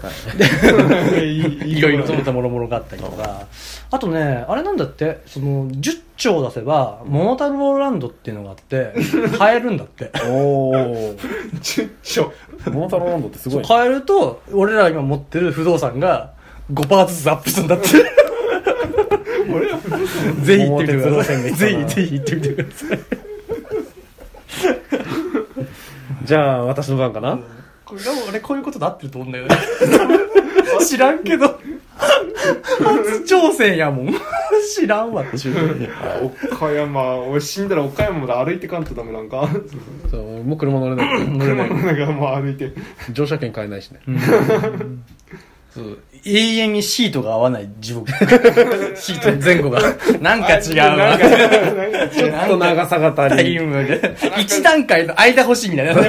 [SPEAKER 2] い
[SPEAKER 3] い
[SPEAKER 2] ろいろその他もろもろがあったりとか、あとね、あれなんだって、その、10兆出せば、モノタローランドっていうのがあ って、買えるんだって。
[SPEAKER 1] おお
[SPEAKER 3] ちょちょ
[SPEAKER 1] モータローランドってすごいね
[SPEAKER 2] 買えると、俺ら今持ってる不動産が5%ずつアップするんだって。ぜひ行ってみてくださ
[SPEAKER 1] 桃鉄路線で行
[SPEAKER 2] い。
[SPEAKER 1] った
[SPEAKER 2] ぜ
[SPEAKER 1] な
[SPEAKER 2] ひ、ぜひ行ってみてください。
[SPEAKER 1] じゃあ私の番かな、
[SPEAKER 2] これでも俺こういうことで合ってると思うんだよね。 知らんけ ど。初挑戦やもん。 知らんわって。
[SPEAKER 3] 岡山俺死んだら岡山まで歩いてかんとダメなんか
[SPEAKER 1] そうもう車乗れない
[SPEAKER 3] 車の中もう歩いて
[SPEAKER 1] 乗車券買えないしね
[SPEAKER 2] 永遠にシートが合わない地獄。シート前後が。なんか違う
[SPEAKER 3] な
[SPEAKER 2] わ
[SPEAKER 3] ん。かなんか
[SPEAKER 1] ちょっと長さが足
[SPEAKER 2] タ
[SPEAKER 1] り
[SPEAKER 2] イ
[SPEAKER 1] ん
[SPEAKER 2] ムで。一段階の間欲しいみたいな。
[SPEAKER 1] こ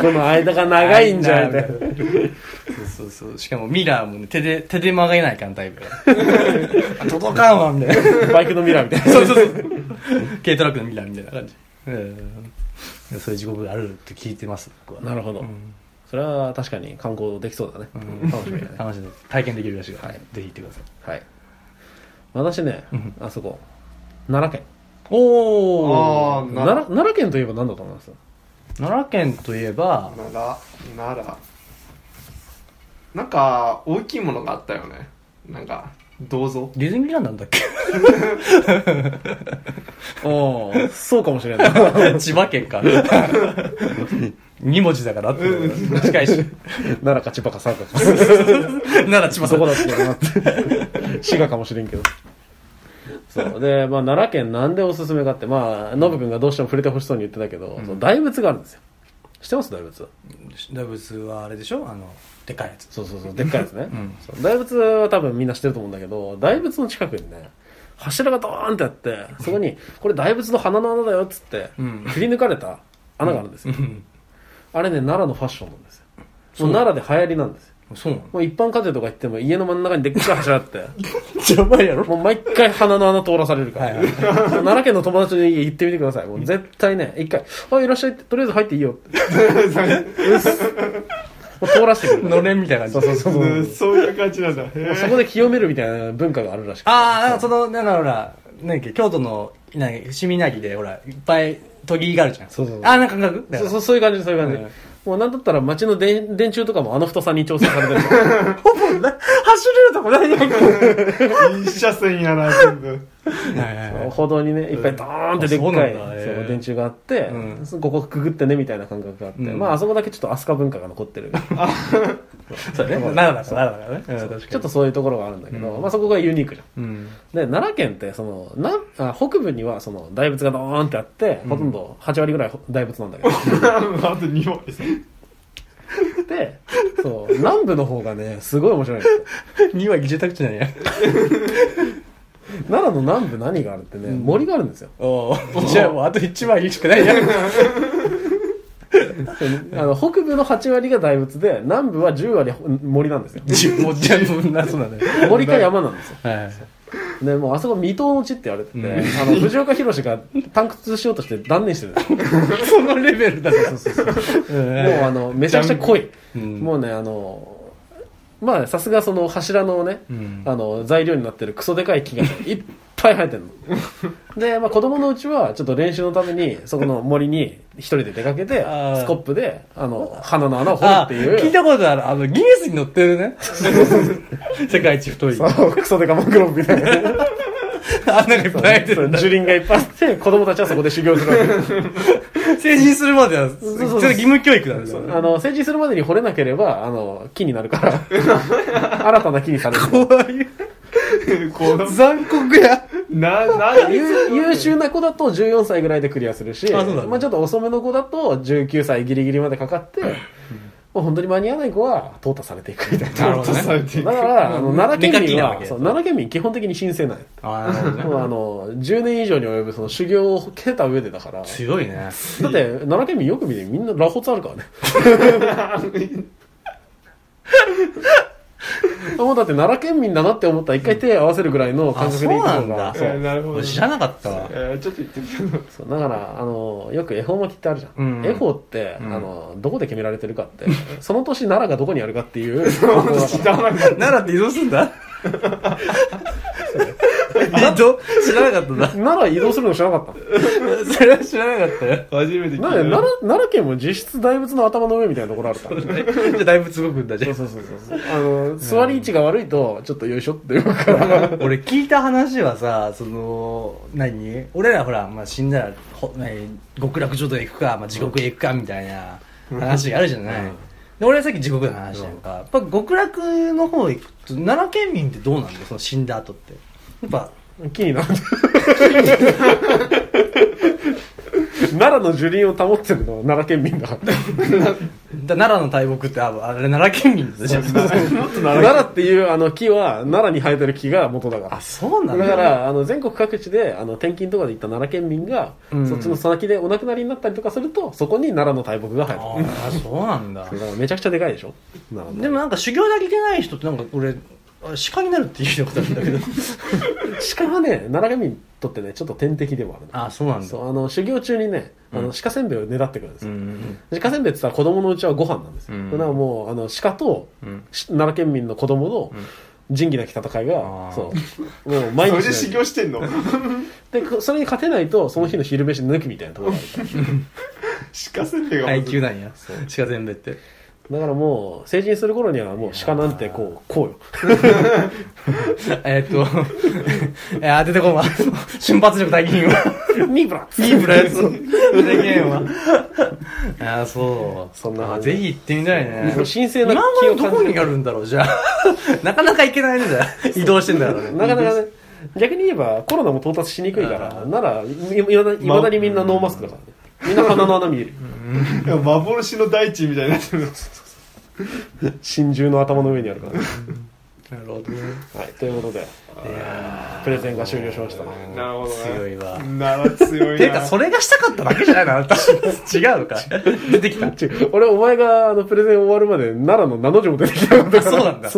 [SPEAKER 1] この間が長いんじゃないか
[SPEAKER 2] そうそうそう。しかもミラーもね、手で、手で曲げないかんタイプ。あ届かんわ、みたいな。
[SPEAKER 1] バイクのミラーみたいな
[SPEAKER 2] そうそうそう。軽トラックのミラーみたいな感じ。うん。そういう地獄があるって聞いてます、僕は。
[SPEAKER 1] なるほど、それは確かに観光できそうだね、楽しみだね
[SPEAKER 2] 楽しいです。体験できるらしいから、ぜひ行ってください。
[SPEAKER 1] はい私ね、
[SPEAKER 2] うん
[SPEAKER 1] あそこ奈良県
[SPEAKER 2] お
[SPEAKER 3] あ
[SPEAKER 2] ー
[SPEAKER 3] ー
[SPEAKER 1] 奈良奈良県といえば何だと思います
[SPEAKER 2] 奈良県といえば、
[SPEAKER 3] 奈良奈良なんか大きいものがあったよねなんか銅像
[SPEAKER 2] ディズニーランドなんだっけ
[SPEAKER 1] おー そうかもしれない
[SPEAKER 2] 千葉県 か。2文字だからって近いし。
[SPEAKER 1] 奈良か千葉か佐賀か
[SPEAKER 2] なら千葉
[SPEAKER 1] そ
[SPEAKER 2] そ
[SPEAKER 1] こ
[SPEAKER 2] こ
[SPEAKER 1] だ
[SPEAKER 2] だ。
[SPEAKER 1] ってなって滋賀かもしれんけどそうで、まあ、奈良県なんでおすすめかってまあノブ君がどうしても触れてほしそうに言ってたけど、その大仏があるんですよ知ってます大仏
[SPEAKER 2] 大仏はあれでしょあの、でかいやつ。
[SPEAKER 1] そうそうそうでっかいですね、
[SPEAKER 2] うん
[SPEAKER 1] そう大仏は多分みんな知ってると思うんだけど大仏の近くにね柱がドーンってあってそこにこれ大仏の鼻の穴だよっつって、
[SPEAKER 2] うん
[SPEAKER 1] 振り抜かれた穴があるんですよ、
[SPEAKER 2] ん
[SPEAKER 1] あれね奈良のファッションなんですよ
[SPEAKER 2] そう
[SPEAKER 1] もう奈良で流行りなんですよ
[SPEAKER 2] そうなの
[SPEAKER 1] もう一般家庭とか行っても家の真ん中にでっかい柱あって
[SPEAKER 2] 邪魔やろ
[SPEAKER 1] もう毎回鼻の穴通らされるから、
[SPEAKER 2] はいはい
[SPEAKER 1] 奈良県の友達の家行ってみてくださいもう絶対ね一回「あいらっしゃい」ってとりあえず入っていいよってうっすもう通らせてくる
[SPEAKER 2] のれんみたいな
[SPEAKER 1] そ
[SPEAKER 2] 感
[SPEAKER 1] う
[SPEAKER 2] じ。
[SPEAKER 1] そうそうそう
[SPEAKER 3] うんそういう感じなんだへ
[SPEAKER 1] もう
[SPEAKER 3] ー
[SPEAKER 1] そこで清めるみたいな文化があるらしくて
[SPEAKER 2] ああ、なんかその、なんかほら、なんか京都の、なんか、伏見稲荷で、ほら、いっぱい鳥居があるじゃん。
[SPEAKER 1] そうそうそう
[SPEAKER 2] ああ、なんか感覚。
[SPEAKER 1] そうそううそういう感じそういう感じ、
[SPEAKER 2] うん
[SPEAKER 1] もうなんだったら街の電電柱とかもあの太さに調整されて るから
[SPEAKER 2] ほぼな、走れるとこないやんか。
[SPEAKER 3] 一車線やな全部
[SPEAKER 1] そう歩道にねいっぱいドーンってでっ
[SPEAKER 2] あそう
[SPEAKER 1] か
[SPEAKER 2] ないんだへえ
[SPEAKER 1] そう電柱があって、
[SPEAKER 2] うん
[SPEAKER 1] そうここくぐってねみたいな感覚があって、
[SPEAKER 2] うん
[SPEAKER 1] まああそこだけちょっと飛鳥文化が残って る
[SPEAKER 2] そうね。奈良だから、奈良だからね。うん、確かに。
[SPEAKER 1] ちょっと、そういうところがあるんだけど、まあそこがユニークじゃん
[SPEAKER 2] うん。
[SPEAKER 1] で奈良県ってそのなんあ北部にはその大仏がドーンってあって、ほとんど8割ぐらい大仏なんだけど
[SPEAKER 3] あと2枚
[SPEAKER 1] でそう南部の方がねすごい面白いんですよ
[SPEAKER 2] 2割住宅地なんや。
[SPEAKER 1] 奈良の南部何があるってね、森があるんですよ
[SPEAKER 2] おお。じゃあもうあと1割しかないじゃん。
[SPEAKER 1] あの北部の8割が大仏で南部は10割森なんですよ
[SPEAKER 2] じもうじゃあもうな、そうなんだよ。
[SPEAKER 1] 森か山なんですよ
[SPEAKER 2] はいはい。
[SPEAKER 1] でもうあそこ未踏の地って言われてて、
[SPEAKER 2] うん
[SPEAKER 1] あの藤岡弘が探掘しようとして断念してるんです よ
[SPEAKER 2] そのレベルだから。
[SPEAKER 1] そうそうそう
[SPEAKER 2] うん
[SPEAKER 1] もうあのめちゃくちゃ濃い、
[SPEAKER 2] うん
[SPEAKER 1] もうねあのまあさすがその柱のね、
[SPEAKER 2] うん
[SPEAKER 1] あの材料になってるクソでかい 木がねいっぱい生えてるので、まあ、子供のうちはちょっと練習のためにそこの森に一人で出かけて
[SPEAKER 2] あー
[SPEAKER 1] スコップであの鼻の穴を掘るっ
[SPEAKER 2] あ、
[SPEAKER 1] ていう
[SPEAKER 2] 聞いたことある。あの、ギネスに載ってるね。 世界一 太い。あ、
[SPEAKER 1] そうクソデカマングローブみたいな。
[SPEAKER 2] なんかいっぱい入ってるんだ。
[SPEAKER 1] 樹林がいっぱいあって、子供たちはそこで修行するわけです。
[SPEAKER 2] 成人するまでは、そ
[SPEAKER 1] そう
[SPEAKER 2] れ
[SPEAKER 1] そう
[SPEAKER 2] 義務教育なんですよ。
[SPEAKER 1] あの、成人するまでに掘れなければ、あの、木になる から、新たな木にされる。
[SPEAKER 2] 怖い。
[SPEAKER 3] こう
[SPEAKER 2] 残酷や。
[SPEAKER 3] なな
[SPEAKER 1] 優優秀な子だと14歳ぐらいでクリアするし、
[SPEAKER 2] あそうなんだ
[SPEAKER 1] まあちょっと遅めの子だと19歳ギリギリまでかかって、まあ、本当に間に合わない子は淘汰されていくみたいな。
[SPEAKER 2] なるほどね
[SPEAKER 3] 淘汰されてい
[SPEAKER 1] だ
[SPEAKER 3] く
[SPEAKER 1] から、あの奈良県民
[SPEAKER 2] 目隠しなわ
[SPEAKER 1] は、
[SPEAKER 2] け
[SPEAKER 1] そう奈良県民基本的に新鮮なんよ
[SPEAKER 2] ああ、なるほどね
[SPEAKER 1] もうあの10年以上に及ぶその修行を経た上でだからだって
[SPEAKER 2] 強いね。
[SPEAKER 1] 奈良県民よく見てみんなラホツあるからね もうだって奈良県民だなって思ったら一回手合わせるぐらいの感覚でいく
[SPEAKER 2] あ
[SPEAKER 1] の
[SPEAKER 2] そうなんだ
[SPEAKER 1] が
[SPEAKER 3] えーなるほど
[SPEAKER 2] 俺知らなかったわ
[SPEAKER 3] え。ーちょっと言ってみよう
[SPEAKER 1] そうだからあのよく恵方巻きってあるじゃん、
[SPEAKER 2] うん
[SPEAKER 1] 恵方って、
[SPEAKER 2] うん
[SPEAKER 1] あのどこで決められてるかってその年奈良がどこにあるかっていう
[SPEAKER 2] 奈良って移動すん だ移動知らなかったな。
[SPEAKER 1] 奈良移動するの知らなかった
[SPEAKER 2] それは知らなかったよ。
[SPEAKER 3] 初めて聞いた
[SPEAKER 1] なんで奈良奈良県も実質大仏の頭の上みたいなところあるから
[SPEAKER 2] じゃあだいぶすごくんだじゃ
[SPEAKER 1] そうそうそうそう。あの、座り位置が悪いと、ちょっとよいしょって言うから。
[SPEAKER 2] 俺聞いた話はさその何俺らほら、まあ、死んだらほ何極楽浄土へ行くか、まあ、地獄へ行くかみたいな話があるじゃない、で俺はさっき地獄の話なんか、やっぱ極楽の方行くと奈良県民ってどうなんだよその死んだ後ってやっぱ
[SPEAKER 1] 気になる。 奈良の樹林を保ってるのは奈良県民だから。
[SPEAKER 2] だ奈良の大木ってああれ奈良県民だじゃん
[SPEAKER 1] 奈良っていうあの木は、奈良に生えてる木が元だから
[SPEAKER 2] あ。 そうなん
[SPEAKER 1] だ
[SPEAKER 2] だ
[SPEAKER 1] から、あの、全国各地で、あの、転勤とかで行った奈良県民が、
[SPEAKER 2] うん
[SPEAKER 1] そっちの先でお亡くなりになったりとかすると、そこに奈良の大木が生
[SPEAKER 2] あ
[SPEAKER 1] えてる。
[SPEAKER 2] あそうなんだ
[SPEAKER 1] だからめちゃくちゃでかいでしょ奈良
[SPEAKER 2] でもなんか修行だけ行けない人ってなんか俺あ鹿になるっていうことあるんだけど
[SPEAKER 1] 鹿はね、奈良県民にとってね、ちょっと天敵でもあるの
[SPEAKER 2] あそうなんだ
[SPEAKER 1] そうあの修行中にねあの鹿せんべいをねだってくるんです
[SPEAKER 2] うん
[SPEAKER 1] よ、
[SPEAKER 2] うん
[SPEAKER 1] 鹿せんべいって言ったら子供のうちはご飯なんですよ、
[SPEAKER 2] うん
[SPEAKER 1] だからもうあの鹿と、
[SPEAKER 2] うん
[SPEAKER 1] し奈良県民の子供の仁義なき戦いが、
[SPEAKER 2] あー
[SPEAKER 1] そうもう毎
[SPEAKER 3] それ
[SPEAKER 1] 日
[SPEAKER 3] で修行してんの
[SPEAKER 1] でこそれに勝てないとその日の昼飯抜きみたいなところがあるから
[SPEAKER 3] 鹿せんべいが
[SPEAKER 2] 階級なんや鹿全部って
[SPEAKER 1] だからもう成人する頃にはもう鹿なんてこうこうよ
[SPEAKER 2] えーっと、 えー、出てこんわ。 瞬発力大金は。
[SPEAKER 1] ニーブラッツ
[SPEAKER 2] いいブライト。でけ んわ。あー、そう。
[SPEAKER 1] そんな
[SPEAKER 2] あ
[SPEAKER 1] 感じ
[SPEAKER 2] ぜひ行ってみたいね。
[SPEAKER 1] もう神聖
[SPEAKER 2] 今
[SPEAKER 1] な
[SPEAKER 2] までどこ
[SPEAKER 1] じ
[SPEAKER 2] にあるんだろう、じゃあ。 なかなか行けないね、じゃあ。移動してんだから
[SPEAKER 1] る
[SPEAKER 2] ね。
[SPEAKER 1] なかなかね逆に言えばコロナも到達しにくいから
[SPEAKER 2] あ
[SPEAKER 1] ならいいまだいまだにみんなノーマスクだからねみんな鼻の穴見える
[SPEAKER 3] 幻の大地みたいになってる
[SPEAKER 1] 真珠の頭の上にあるからね
[SPEAKER 2] なるほどね。
[SPEAKER 1] はい、ということで、
[SPEAKER 2] いや
[SPEAKER 1] プレゼンが終了しました。
[SPEAKER 3] なるほどね
[SPEAKER 2] ー強いわ。
[SPEAKER 3] なあ強いな
[SPEAKER 2] てか、それがしたかっただけじゃないのあなた。違うか。出てきた。
[SPEAKER 1] 違う俺、お前があのプレゼン終わるまで奈良の名の字も出てきなかったから。
[SPEAKER 2] あそうなんだ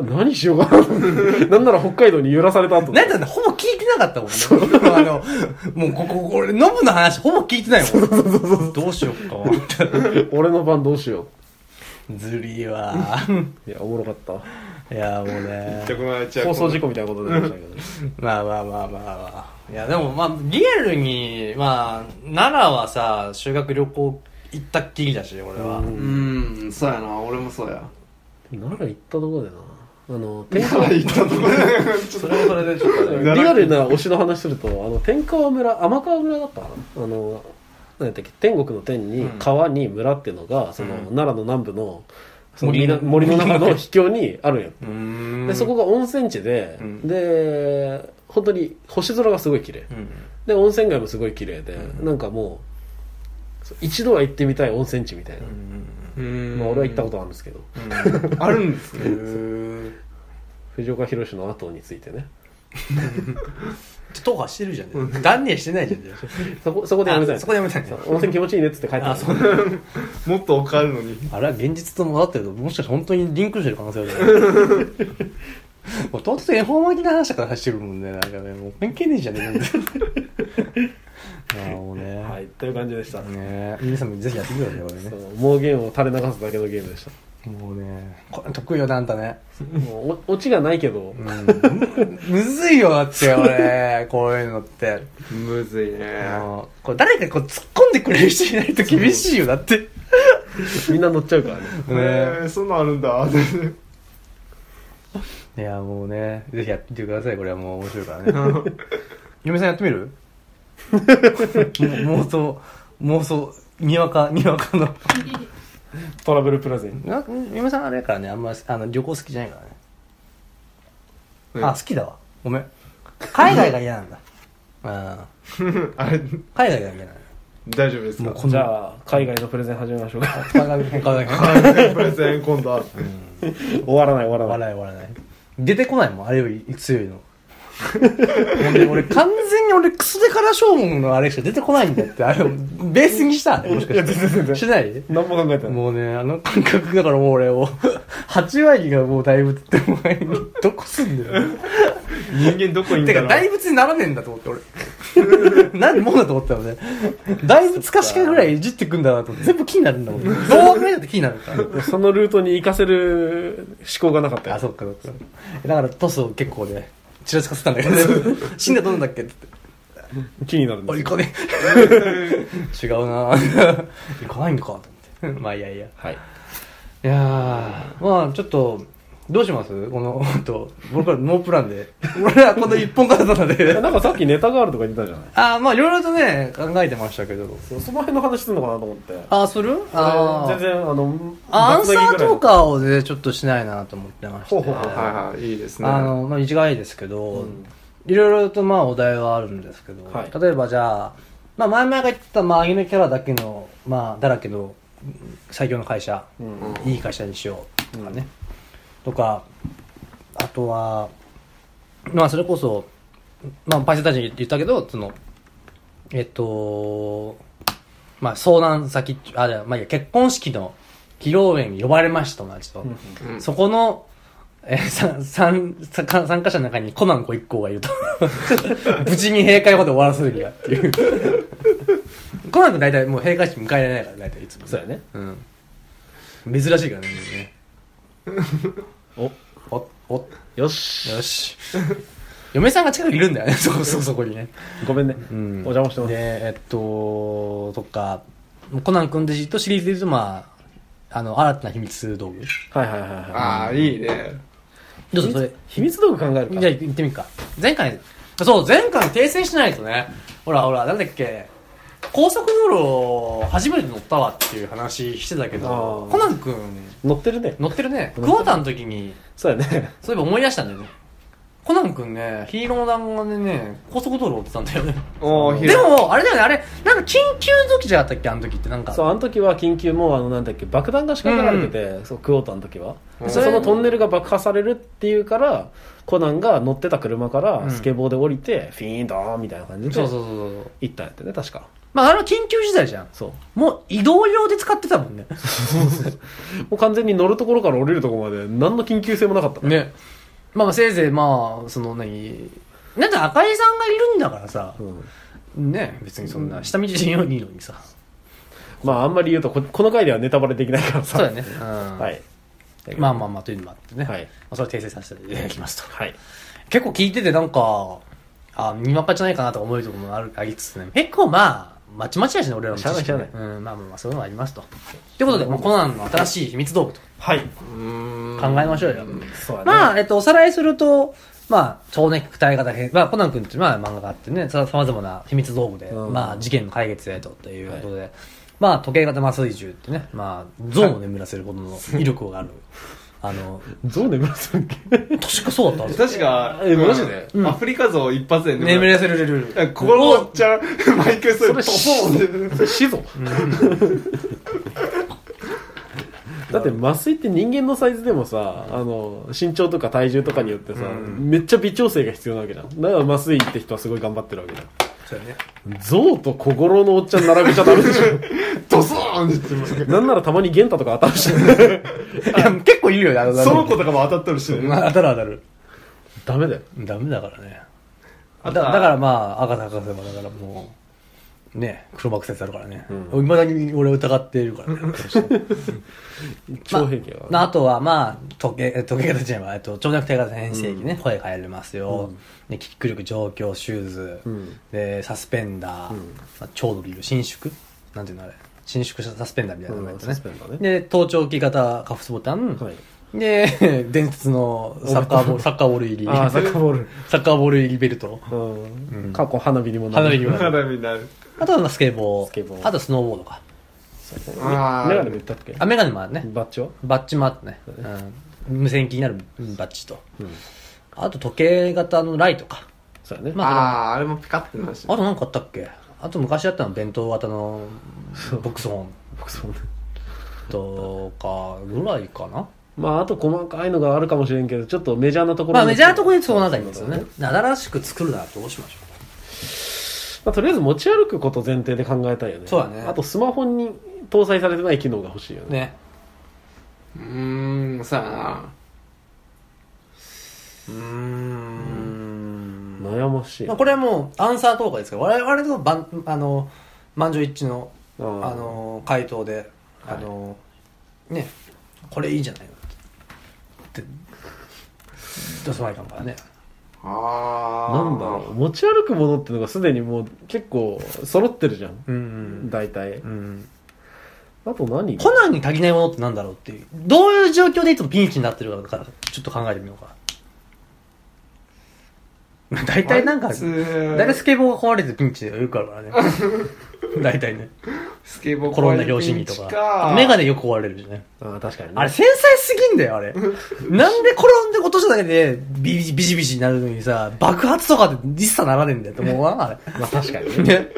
[SPEAKER 1] うな、何しようかなと思って。なんなら北海道に揺らされた後
[SPEAKER 2] なんだね、ほぼ聞いてなかったもんね。あの、もうここ、俺、ノブの話、ほぼ聞いてないもん。どうしよっか、思った
[SPEAKER 1] 俺の番どうしよ
[SPEAKER 2] ずりーわ
[SPEAKER 1] う。いや、おもろかった。
[SPEAKER 2] ー。いや、もうね。
[SPEAKER 3] じゃあこのじゃあ
[SPEAKER 1] 放送事故みたいなことでしたけど。
[SPEAKER 2] まあまあまあまあまあ。いや、でもまあ、リアルに、まあ、奈良はさ、修学旅行行ったっきりだし、俺は。
[SPEAKER 3] うーんそうやな俺もそうや
[SPEAKER 1] 奈良行ったとこでな。あの、天
[SPEAKER 3] 奈良行ったとこ
[SPEAKER 2] それもそれでちょっ とね。
[SPEAKER 1] リアルな推しの話すると、あの、天川村、天川村だったかなあの、何やったっけ、天国の天に
[SPEAKER 2] うん、
[SPEAKER 1] 川に村っていうのが、その、
[SPEAKER 2] うん
[SPEAKER 1] 奈良の南部の、その
[SPEAKER 2] 森
[SPEAKER 1] 森
[SPEAKER 2] の
[SPEAKER 1] の森の中の秘境にあるんよ。
[SPEAKER 2] うーん。
[SPEAKER 1] で、そこが温泉地で、
[SPEAKER 2] うん
[SPEAKER 1] で、本当に星空がすごい綺麗。
[SPEAKER 2] うん。
[SPEAKER 1] で、温泉街もすごい綺麗で、
[SPEAKER 2] うん
[SPEAKER 1] なんかもう、そう一度は行ってみたい温泉地みたいな。
[SPEAKER 3] うん
[SPEAKER 1] まあ、俺は行ったことあるんですけど、
[SPEAKER 3] とあるんですね
[SPEAKER 1] 藤岡弘の後についてね。
[SPEAKER 2] とかしてるじゃん。断念してないじゃん。じゃあ
[SPEAKER 1] そこ、そこでやめたい
[SPEAKER 2] あそこでやめたいん
[SPEAKER 1] そ
[SPEAKER 2] だ
[SPEAKER 1] う温泉気持ちいいねっつって帰った
[SPEAKER 2] あ、そう
[SPEAKER 3] もっとおかあるのに
[SPEAKER 2] あれは現実と混ざってると、もしかして本当にリンクしてる可能性ある ねもう唐突に恵方巻きの話だからしてるもんね、なんかね、もう関係ねえじゃね えか。ああ、もうね。
[SPEAKER 1] はい、という感じでした。
[SPEAKER 2] ね皆さんもぜひやってみてください、これ
[SPEAKER 1] そ
[SPEAKER 2] ね
[SPEAKER 1] う盲言を垂れ流すだけのゲームでした。。
[SPEAKER 2] もうね、これ得意よな、あんたね。
[SPEAKER 1] もうおオチがないけど、
[SPEAKER 2] うん、むずいよ、だって、俺、こういうのって。
[SPEAKER 3] むずいね
[SPEAKER 2] あのこれ誰かこう突っ込んでくれる人いないと厳しいよ、だって。
[SPEAKER 1] みんな乗っちゃうからね。
[SPEAKER 3] えー、そんなんあるんだ
[SPEAKER 2] いや、もうね、ぜひやってみてください、これはもう面白いからね。嫁さんやってみるも う妄想、妄想、にわか、にわかの。
[SPEAKER 1] トラブルプレゼン。
[SPEAKER 2] な 嫁さんあれやからね、あんまあの旅行好きじゃないからね。
[SPEAKER 3] うん
[SPEAKER 2] あ、好きだわ。ご めん。海外が嫌なんだ。うん。
[SPEAKER 3] あれ
[SPEAKER 2] 海外が嫌なんだ。
[SPEAKER 4] 大丈夫です
[SPEAKER 2] もう
[SPEAKER 4] か
[SPEAKER 2] こん
[SPEAKER 1] じ
[SPEAKER 2] な
[SPEAKER 1] ゃあ海外のプレゼン始めましょうか
[SPEAKER 2] 鏡変化だ け
[SPEAKER 4] 完全プレゼン今度は
[SPEAKER 1] 終わらない終わらない
[SPEAKER 2] 笑い笑わない出てこないもんあれより強い の俺俺完全に俺クソデカラ将軍のあれしか出てこないんだってあれベースにしたあれもしかしてしない
[SPEAKER 1] 何も考えてない
[SPEAKER 2] もうねあの感覚だからもう俺を8割がもう大仏ってお 前にどこすんだよ
[SPEAKER 4] 人間どこにいん
[SPEAKER 2] て
[SPEAKER 4] だろ
[SPEAKER 2] か
[SPEAKER 4] う
[SPEAKER 2] 大仏にならねえんだと思って俺何もんだと思ったのね大仏かしかぐらいいじってくんだなと思って全部気になるんだもんどう考えたって気になるから
[SPEAKER 1] そのルートに行かせる思考がなかった
[SPEAKER 2] あ、
[SPEAKER 1] よ
[SPEAKER 2] そっかそっか。だからトスを結構ね、ちらつかせたん だけどね、死んだらどうなんだっけって言って。
[SPEAKER 1] 気になるんで
[SPEAKER 2] お
[SPEAKER 1] す
[SPEAKER 2] い、
[SPEAKER 1] よ
[SPEAKER 2] 行こうね。 違うな ぁ。行かないんかと思って。まあいやいや。
[SPEAKER 1] はい
[SPEAKER 2] いやーまあちょっと、どうしますこの、 ほんと、僕らノープランで。俺らこの一本型なので。
[SPEAKER 1] なんかさっきネタがあるとか言ってたじゃない
[SPEAKER 2] あーまあいろいろとね、考えてましたけど。
[SPEAKER 1] その辺の話するのかなと思って
[SPEAKER 2] あー、するあ
[SPEAKER 1] 全
[SPEAKER 2] ー
[SPEAKER 1] 然あの
[SPEAKER 2] アン
[SPEAKER 1] 雑な
[SPEAKER 2] サ
[SPEAKER 1] ぎ
[SPEAKER 2] ー
[SPEAKER 1] ぐらい
[SPEAKER 2] と
[SPEAKER 1] の
[SPEAKER 2] かをね、ちょっとしないなと思ってまして。
[SPEAKER 1] ほうほうほう
[SPEAKER 4] はいはいいいですね
[SPEAKER 2] あの、まあ、短いですけど、いろいろとまあお題はあるんですけど、
[SPEAKER 1] はい
[SPEAKER 2] 例えばじゃあ、まあ、前々が言ってた、まあ、アニメキャラだけの、まあ、だらけのうん最強の会社、
[SPEAKER 1] うん
[SPEAKER 2] いい会社にしようとかね、とか、あとは、まあ、それこそ、まあ、パイセンたちに言ったけど、その、えっと、まあ、相談先っちゅ、あ、じゃあまあ、いいや結婚式の披露宴に呼ばれました、友達と。
[SPEAKER 3] うん
[SPEAKER 2] そこの、えーさ参参加参加者の中にコナン子一行がいると。 無事に閉会まで終わらせるにはっていう。コナン君大体もう閉会式迎えられないから、大体いつも。
[SPEAKER 1] そうやね
[SPEAKER 2] うん。珍しいからね、みんなね。
[SPEAKER 1] お
[SPEAKER 2] お、お、
[SPEAKER 1] よし
[SPEAKER 2] よし。嫁さんが近くにいるんだよね、 そこそこそこにね。
[SPEAKER 1] ごめんね
[SPEAKER 2] うん
[SPEAKER 1] お邪魔してます
[SPEAKER 2] で、えっと、とか、コナン君でじっとシリーズで言うと、まあ、あの、新たな秘密道具。
[SPEAKER 1] はいはいはいはい
[SPEAKER 3] ああ、いいね。
[SPEAKER 2] どうぞ、それ。
[SPEAKER 1] 秘密道具考える
[SPEAKER 2] じ
[SPEAKER 1] か
[SPEAKER 2] ゃあ行ってみるか。前回、そう、前回訂正しないとね、ほらほら、なんだっけ、高速道路初めて乗ったわっていう話してたけど
[SPEAKER 1] あ、ー
[SPEAKER 2] コナン君、
[SPEAKER 1] 乗ってるね
[SPEAKER 2] 乗ってるね。クォーターの時に、
[SPEAKER 1] そうやね
[SPEAKER 2] そういえば思い出したんだよね。コナン君ね、ヒーローの弾丸でね、高速道路を追ってたんだよね。
[SPEAKER 4] おお
[SPEAKER 2] でも、あれだよね、あれ、なんか緊急時じゃなかったっけあの時ってなんか。
[SPEAKER 1] そうあの時は緊急もうあのなんだっけ爆弾が仕掛けられてて、そうクオーターの時は、でそのトンネルが爆破されるっていうからコナンが乗ってた車からスケボーで降りて、フィーンドーンみたいな感じで
[SPEAKER 2] そうそうそうそう。
[SPEAKER 1] 行ったんやってね確か
[SPEAKER 2] まあ、あれは緊急時代じゃん。
[SPEAKER 1] そう
[SPEAKER 2] もう移動用で使ってたもんね。
[SPEAKER 1] もう完全に乗るところから降りるところまで何の緊急性もなかったね
[SPEAKER 2] ね。まあまあせいぜいまあ、その何、なんか赤井さんがいるんだからさ、
[SPEAKER 1] うん
[SPEAKER 2] ね、別にそんな、下道しんようにいいのにさ。
[SPEAKER 1] まああんまり言うとここの回ではネタバレできないからさ
[SPEAKER 2] そうだね。うん。
[SPEAKER 1] はい
[SPEAKER 2] まあまあまあというのもあってね。
[SPEAKER 1] はい
[SPEAKER 2] まあそれは訂正させていただきますと。
[SPEAKER 1] はい
[SPEAKER 2] 結構聞いててなんか、あ、にわかじゃないかなとか思うところもある、ありつつね。結構まあ、まちまちやしね、俺らの知識
[SPEAKER 1] しゃあないしゃ
[SPEAKER 2] ねうん、まあまあまあ、そういうのがありますと。ということで、まあ、コナンの新しい秘密道具と
[SPEAKER 1] はい
[SPEAKER 2] 考えましょうよ。
[SPEAKER 1] そうやね
[SPEAKER 2] まあ、えっと、おさらいすると、まあ、少年期二重型編、まあ、コナン君っていう、まあ、漫画があってね、さまざまな秘密道具で、
[SPEAKER 1] うん
[SPEAKER 2] まあ、事件の解決へと、ということで、まあ、時計型麻酔銃ってね、まあ、像を眠らせるほどの威力がある。 あの、
[SPEAKER 1] ゾウ眠らせるっけ
[SPEAKER 2] 確かそうだったんです
[SPEAKER 3] 確
[SPEAKER 2] よ
[SPEAKER 3] か、
[SPEAKER 1] えマジで
[SPEAKER 3] うんアフリカ像一発で
[SPEAKER 2] 眠らせるルール。
[SPEAKER 3] このおっちゃん、毎回それ、ポポンって。
[SPEAKER 1] それ死ぞだって麻酔って人間のサイズでもさあの身長とか体重とかによってさ、めっちゃ微調整が必要なわけじゃんだから麻酔って人はすごい頑張ってるわけじゃ
[SPEAKER 2] そうだね。
[SPEAKER 1] ん象と小五郎のおっちゃん並べちゃダメでし ょ
[SPEAKER 3] ドスーンって言ってます
[SPEAKER 1] なんならたまに玄太とか当たるしね
[SPEAKER 2] いや、結構いるよね、あの、
[SPEAKER 4] その子とかも当たっとるしね
[SPEAKER 2] まあ、当たる当たる。
[SPEAKER 1] ダメだよ
[SPEAKER 2] ダメだからね。
[SPEAKER 4] あ
[SPEAKER 2] だ
[SPEAKER 4] とは
[SPEAKER 2] だからまあ、赤田博士もだからもう、ね、黒幕説あるからね。いまだに俺を疑ってい るからね。
[SPEAKER 1] 超平家は、
[SPEAKER 2] まあ、あとは、まあ、時計、 え時計型じゃないわえっと、長尺手型編成機ね、声変えれますよ。で、キック力、状況、シューズ、
[SPEAKER 1] ん
[SPEAKER 2] で、サスペンダー、まあ、超ドリル、伸縮なんていうのあれ。伸縮したサスペンダーみたいなのがやつ
[SPEAKER 1] うんサスペンダーね
[SPEAKER 2] で、盗聴器型カフスボタン。
[SPEAKER 1] はい
[SPEAKER 2] で、 伝説のサッカーボール、 サッカーボール入り。
[SPEAKER 1] ああサッカーボール
[SPEAKER 2] サッカーボール入りベルト。
[SPEAKER 1] うん過去花火にもなる
[SPEAKER 2] 花火にもな る
[SPEAKER 4] 花火になる
[SPEAKER 2] あとはまあスケボー。
[SPEAKER 1] スケボー
[SPEAKER 2] あとスノーボードか。
[SPEAKER 3] あ
[SPEAKER 1] メガネも言ったっけ
[SPEAKER 2] あ、メガネもあるね。
[SPEAKER 1] バッチは
[SPEAKER 2] バッジもあってね。うん。無線機になるバッジと。あと時計型のライトか。
[SPEAKER 1] そうやね、
[SPEAKER 2] まあ、
[SPEAKER 3] ああ、あれもピカってなるし。
[SPEAKER 2] あとなんかあったっけあと昔あったの弁当型のボックスオン
[SPEAKER 1] 僕そうね
[SPEAKER 2] とかぐらいかな
[SPEAKER 1] まああと細かいのがあるかもしれんけどちょっとメジャーなところ
[SPEAKER 2] まあメジャーなところ
[SPEAKER 1] ろ
[SPEAKER 2] にそうなったんですよね新しく作るならどうしましょ
[SPEAKER 1] まあ、とりあえず持ち歩くこと前提で考えたいよね
[SPEAKER 2] そうだね
[SPEAKER 1] あとスマホに搭載されてない機能が欲しいよ
[SPEAKER 2] う
[SPEAKER 1] ね
[SPEAKER 2] ね
[SPEAKER 3] うーん、さあな。うーん。
[SPEAKER 1] 悩ましい、
[SPEAKER 2] まあ、これはもうアンサー投稿ですから我々のばんあの満場一致の
[SPEAKER 1] あー
[SPEAKER 2] あの回答で、あのねこれいいんじゃないのって出さないかんからね
[SPEAKER 3] ああ。
[SPEAKER 1] なんだろう持ち歩くものってのがすでにもう結構揃ってるじゃん
[SPEAKER 2] うん
[SPEAKER 1] 大体
[SPEAKER 2] うん
[SPEAKER 1] あと何
[SPEAKER 2] コナンに足りないものってなんだろうっていうどういう状況でいつもピンチになってるかからちょっと考えてみようかまあ 大体なんか
[SPEAKER 3] 普通
[SPEAKER 2] 大体スケボーが壊れてピンチがよくあるからね 大体ね
[SPEAKER 3] スケボー
[SPEAKER 2] 転んだ拍子にとかメガ ネよく壊れるしね
[SPEAKER 1] あー確かにね
[SPEAKER 2] あれ繊細すぎんだよ、 あれ。なんで転んで落としただけでビビビシビシになるのにさ、爆発とかで一切ならねえんだよと思うわ、あ
[SPEAKER 1] まあ確かに
[SPEAKER 2] れ。
[SPEAKER 1] ね
[SPEAKER 2] ね。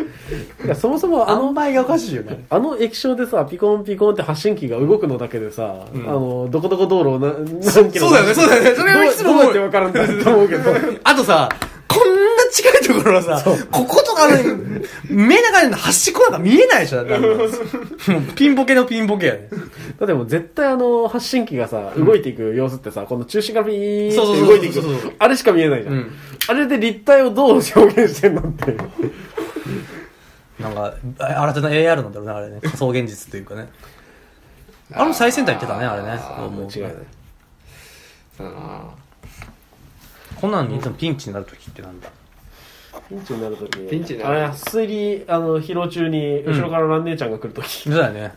[SPEAKER 1] いやそもそもあ
[SPEAKER 2] あん
[SPEAKER 1] の
[SPEAKER 2] まりがおかしいよね。
[SPEAKER 1] あの液晶でさピコンピコンって発信機が動くのだけでさ、あのどこどこ道路をな何キロ
[SPEAKER 2] そうだよねそうだよねそれはいつ
[SPEAKER 1] ど
[SPEAKER 2] も
[SPEAKER 1] うどうや
[SPEAKER 2] 思う
[SPEAKER 1] って分かるんだと思うけど
[SPEAKER 2] あとさ、こんな近いところはさ、こことかあるのに、目の中の端っこなんか見えないで しょ、だってもうピンボケのピンボケやね。
[SPEAKER 1] だってもう絶対あの発信機がさ動いていく様子ってさ、この中心がビーって
[SPEAKER 2] そうそうそう
[SPEAKER 1] 動いていく
[SPEAKER 2] そうそうそう
[SPEAKER 1] あれしか見えないじゃん、
[SPEAKER 2] うん
[SPEAKER 1] あれで立体をどう表現してんのって
[SPEAKER 2] なんか、あ新たな AR なんだろうね、あれね。仮想現実というかね。あの最先端行ってたね、あれね。
[SPEAKER 1] あもう違うね
[SPEAKER 3] そうだな。
[SPEAKER 2] コナンにいつもピンチになるときってなんだ
[SPEAKER 1] ピンチになるとき
[SPEAKER 3] ピンチにな
[SPEAKER 1] あ
[SPEAKER 3] る
[SPEAKER 1] れ推理あの疲労中に後ろから蘭姉ちゃんが来るとき、
[SPEAKER 2] そうだよね。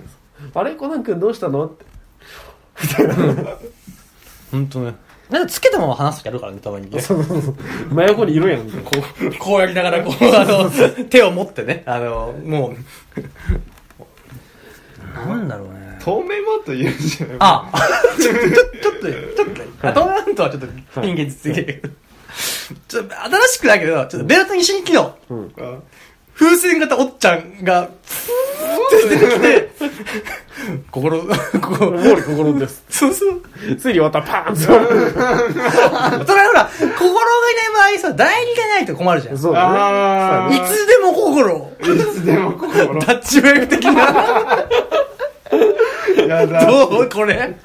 [SPEAKER 1] あれコナン君どうしたのって
[SPEAKER 2] 本当ね。なんかつけたまま話すときあるからね、たまにね。
[SPEAKER 1] 真横にいるやんみたいな
[SPEAKER 2] こう、こうやりながら、 こう、あの、手を持ってね、あの、もう。 なんだろうね。
[SPEAKER 4] 透明マット言うんじゃない
[SPEAKER 2] あちょっと、ちょっと、ちょっと、あトランとはちょっと、人間続ける。ちょっと、新しくだけど、ちょっと、ベルトに新機能。
[SPEAKER 4] あ
[SPEAKER 2] 風船型おっちゃんが、ふーって出てきて、心、
[SPEAKER 1] 毛
[SPEAKER 2] 心、
[SPEAKER 1] 利心です
[SPEAKER 2] そうそう。
[SPEAKER 1] 推理終わったらパーン
[SPEAKER 2] それはほら、心がいない場合さ、代理がないと困るじゃん。
[SPEAKER 1] そうだね
[SPEAKER 4] あ
[SPEAKER 2] いつでも心を。
[SPEAKER 4] いつでも心
[SPEAKER 2] タッチウェイ的な、
[SPEAKER 4] やだ
[SPEAKER 2] どうこれ。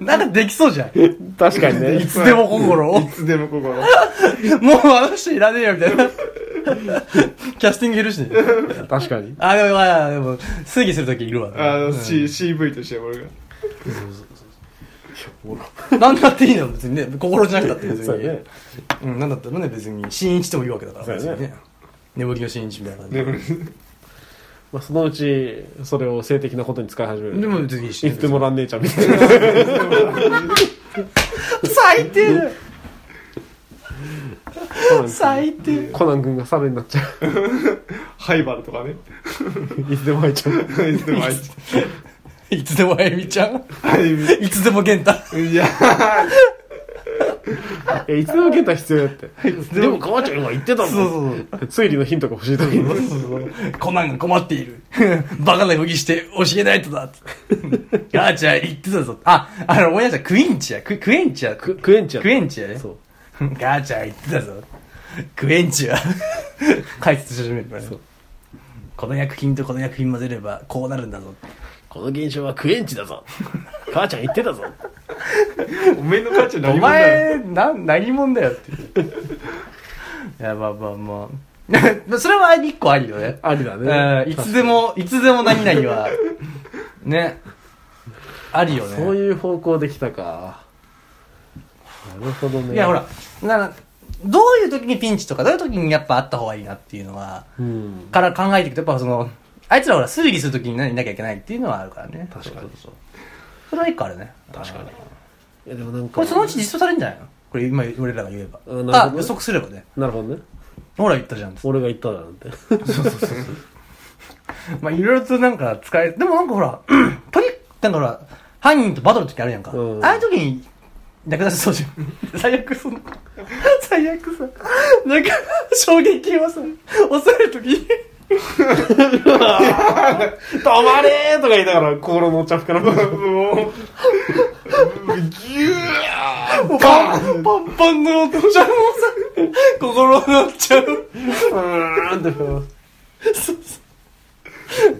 [SPEAKER 2] なんかできそうじゃん。い
[SPEAKER 1] 確かにね
[SPEAKER 2] つでも心を。も
[SPEAKER 4] いつでも心
[SPEAKER 2] うあの人いらねえよ、みたいな。キャスティングいるしね。
[SPEAKER 1] 確かに
[SPEAKER 2] あ、でも、まあ、でも、推議するときいるわ。
[SPEAKER 4] あの、C、CV として俺が
[SPEAKER 2] なんだっていいの、別にね。心じゃなくたって別
[SPEAKER 1] そう
[SPEAKER 2] に。
[SPEAKER 1] だね
[SPEAKER 2] うん、なんだったらね、別に。死因してもいいわけだから、
[SPEAKER 1] そう
[SPEAKER 2] 別
[SPEAKER 1] だね
[SPEAKER 2] にね。眠気の死因みたいな感じで。
[SPEAKER 4] 眠る
[SPEAKER 1] まあ、そのうちそれを性的なことに使い始める
[SPEAKER 2] でも別にいいし
[SPEAKER 1] い
[SPEAKER 2] ね
[SPEAKER 1] つでも蘭姉ちゃんみたいな
[SPEAKER 2] 最低だよ
[SPEAKER 1] コナン君
[SPEAKER 2] 最低。
[SPEAKER 1] コナン君が猿になっちゃ
[SPEAKER 4] ハイバルとかね
[SPEAKER 1] う いつでも入っちゃう
[SPEAKER 4] いつでもあいつ
[SPEAKER 2] いつでもあゆみちゃん。
[SPEAKER 4] あいつ
[SPEAKER 2] いつでも玄太。
[SPEAKER 4] いや
[SPEAKER 1] いやいつでも健太必要だってでも母ちゃんが言ってた
[SPEAKER 2] そう
[SPEAKER 1] もん
[SPEAKER 2] そうそう。
[SPEAKER 1] 推理のヒントが欲しい時に
[SPEAKER 2] コナンが困っている。 バカな動きして教えないと だ。ガーチャー言ってたぞ。あ、あの、思い出した。クインチア。ククエンチア。
[SPEAKER 1] ク
[SPEAKER 2] ク
[SPEAKER 1] クエンチア
[SPEAKER 2] クエンチアね。
[SPEAKER 1] そう
[SPEAKER 2] ガーチャー言ってたぞ。クエンチア。 解説し始めるからね。この薬品とこの薬品混ぜればこうなるんだぞ。
[SPEAKER 1] この現象はクエンチだぞ母ちゃん言ってたぞ
[SPEAKER 4] おめえの価値
[SPEAKER 2] お
[SPEAKER 4] 何者だよ
[SPEAKER 2] 前、な、何者だよって。 いや、まあまあまあ。 それは一個ありよね。
[SPEAKER 1] ありだ
[SPEAKER 2] え
[SPEAKER 1] ね
[SPEAKER 2] ーいつでも、いつでも何 々は、ね。あるよね。
[SPEAKER 1] そういう方向できたかなるほどね
[SPEAKER 2] いや、ほら、な、どういう時にピンチとか、どういう時にやっぱあった方がいいなっていうのは、
[SPEAKER 1] うん
[SPEAKER 2] から考えていくと、やっぱその、あいつらほら、推理する時に何いなきゃいけないっていうのはあるからね。
[SPEAKER 1] 確かに
[SPEAKER 2] そうそうそうそれは一個あるね。
[SPEAKER 1] 確かにいやでもなんか
[SPEAKER 2] これそのうち実装されるんじゃないのこれ今俺らが言えば
[SPEAKER 1] あなるほ。ど
[SPEAKER 2] あ、予測すればね。
[SPEAKER 1] なるほどね
[SPEAKER 2] ほら言ったじゃん。
[SPEAKER 1] 俺が言っただなんて
[SPEAKER 2] まあいろいろとなんか使え、 でもなんかほら、トリック、なんかほら、犯人とバトルの時あるやんか。
[SPEAKER 1] うん
[SPEAKER 2] ああいう時に、略奪操縦 最悪その最悪さなんか衝撃をさ抑えるときに
[SPEAKER 4] 止まれーとか言いながら、心のお茶から、もう、もうぎゅー
[SPEAKER 2] もうパンパンパンの音じゃんもうさ心のっちゃう
[SPEAKER 4] うーんってこ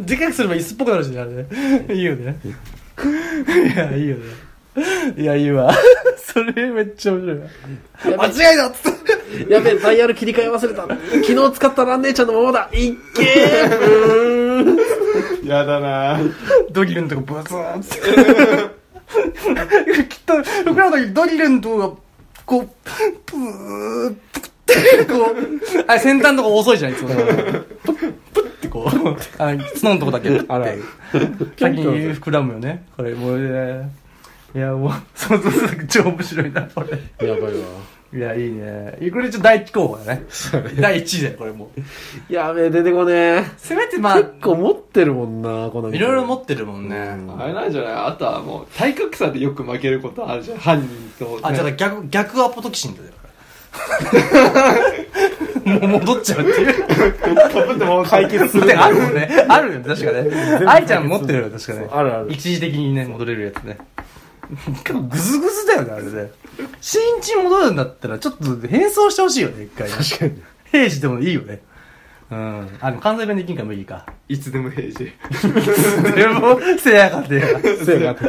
[SPEAKER 2] でかくすれば椅子っぽくなるしねあれねいいよねいやいいよねいやいいわ それめっちゃ面白いわ間違いだっつって
[SPEAKER 1] やべえ、ダイヤル切り替え忘れた。昨日使ったラン姉ちゃんのままだ。いっけー
[SPEAKER 4] うやだなー
[SPEAKER 2] ドギルのとこブツーンって。きっと、僕らの時ドギルのとこが、こう、プーって、こう、あれ先端のとこ遅いじゃん、いつも。プッ、プッってこう、あの角のとこだけ、プッて。先に膨らむよね。これ、もうね。いや、もう、そうそうそう、超面白いな、これ。
[SPEAKER 1] やばいわ。
[SPEAKER 2] いや、いいね。これちょっと第一候補だね。第一位だよ、これもう。
[SPEAKER 1] やべえ、出てこねえ。
[SPEAKER 2] せめてまあ、
[SPEAKER 1] 結構持ってるもんな、この
[SPEAKER 2] いろいろ持ってるもんね。
[SPEAKER 3] あれなんじゃないあとはもう、体格差でよく負けることあるじゃん。犯人と。
[SPEAKER 2] あ、じゃあ逆、逆アポトキシンだよ。 もう戻っちゃうっていう。
[SPEAKER 4] ぶってもう解決す
[SPEAKER 2] っ
[SPEAKER 4] る
[SPEAKER 2] て。あるもんね。あるよね、確かね。愛ちゃん持ってるよ、確かね。
[SPEAKER 1] あるある
[SPEAKER 2] 一時的にね、戻れるやつ ね。結構グズグズだよね、あれね。新地に戻るんだったら、ちょっと変装してほしいよね、一回。確かに。平時でもいいよね。うん。あ、でも関西弁できんから無理 か。
[SPEAKER 3] いつでも平時。
[SPEAKER 2] でも、せやかてや。
[SPEAKER 1] せやが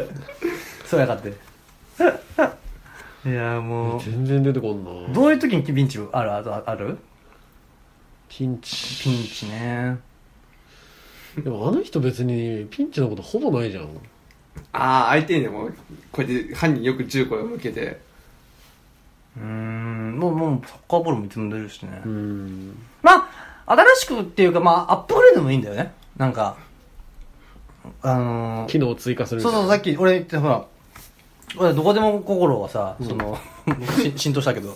[SPEAKER 2] そうやかて。いや、もう。
[SPEAKER 1] 全然出てこんな。
[SPEAKER 2] どういう時にピンチあるあるある
[SPEAKER 1] ピンチ。
[SPEAKER 2] ピンチね。
[SPEAKER 1] でもあの人別にピンチのことほぼないじゃん。
[SPEAKER 3] ああ、相手にでも、これで犯人よく銃声を向けて。
[SPEAKER 2] うーん、もう、もう、サッカーボールもいつも出るしね。
[SPEAKER 1] うん。
[SPEAKER 2] まあ、新しくっていうか、まあ、アップグレードもいいんだよね。なんか、あのー
[SPEAKER 1] 機能を追加するみ
[SPEAKER 2] そ
[SPEAKER 1] た
[SPEAKER 2] う
[SPEAKER 1] いな
[SPEAKER 2] そう、さっき俺言ってほら、俺どこでも心はさ、その、し浸透したけど、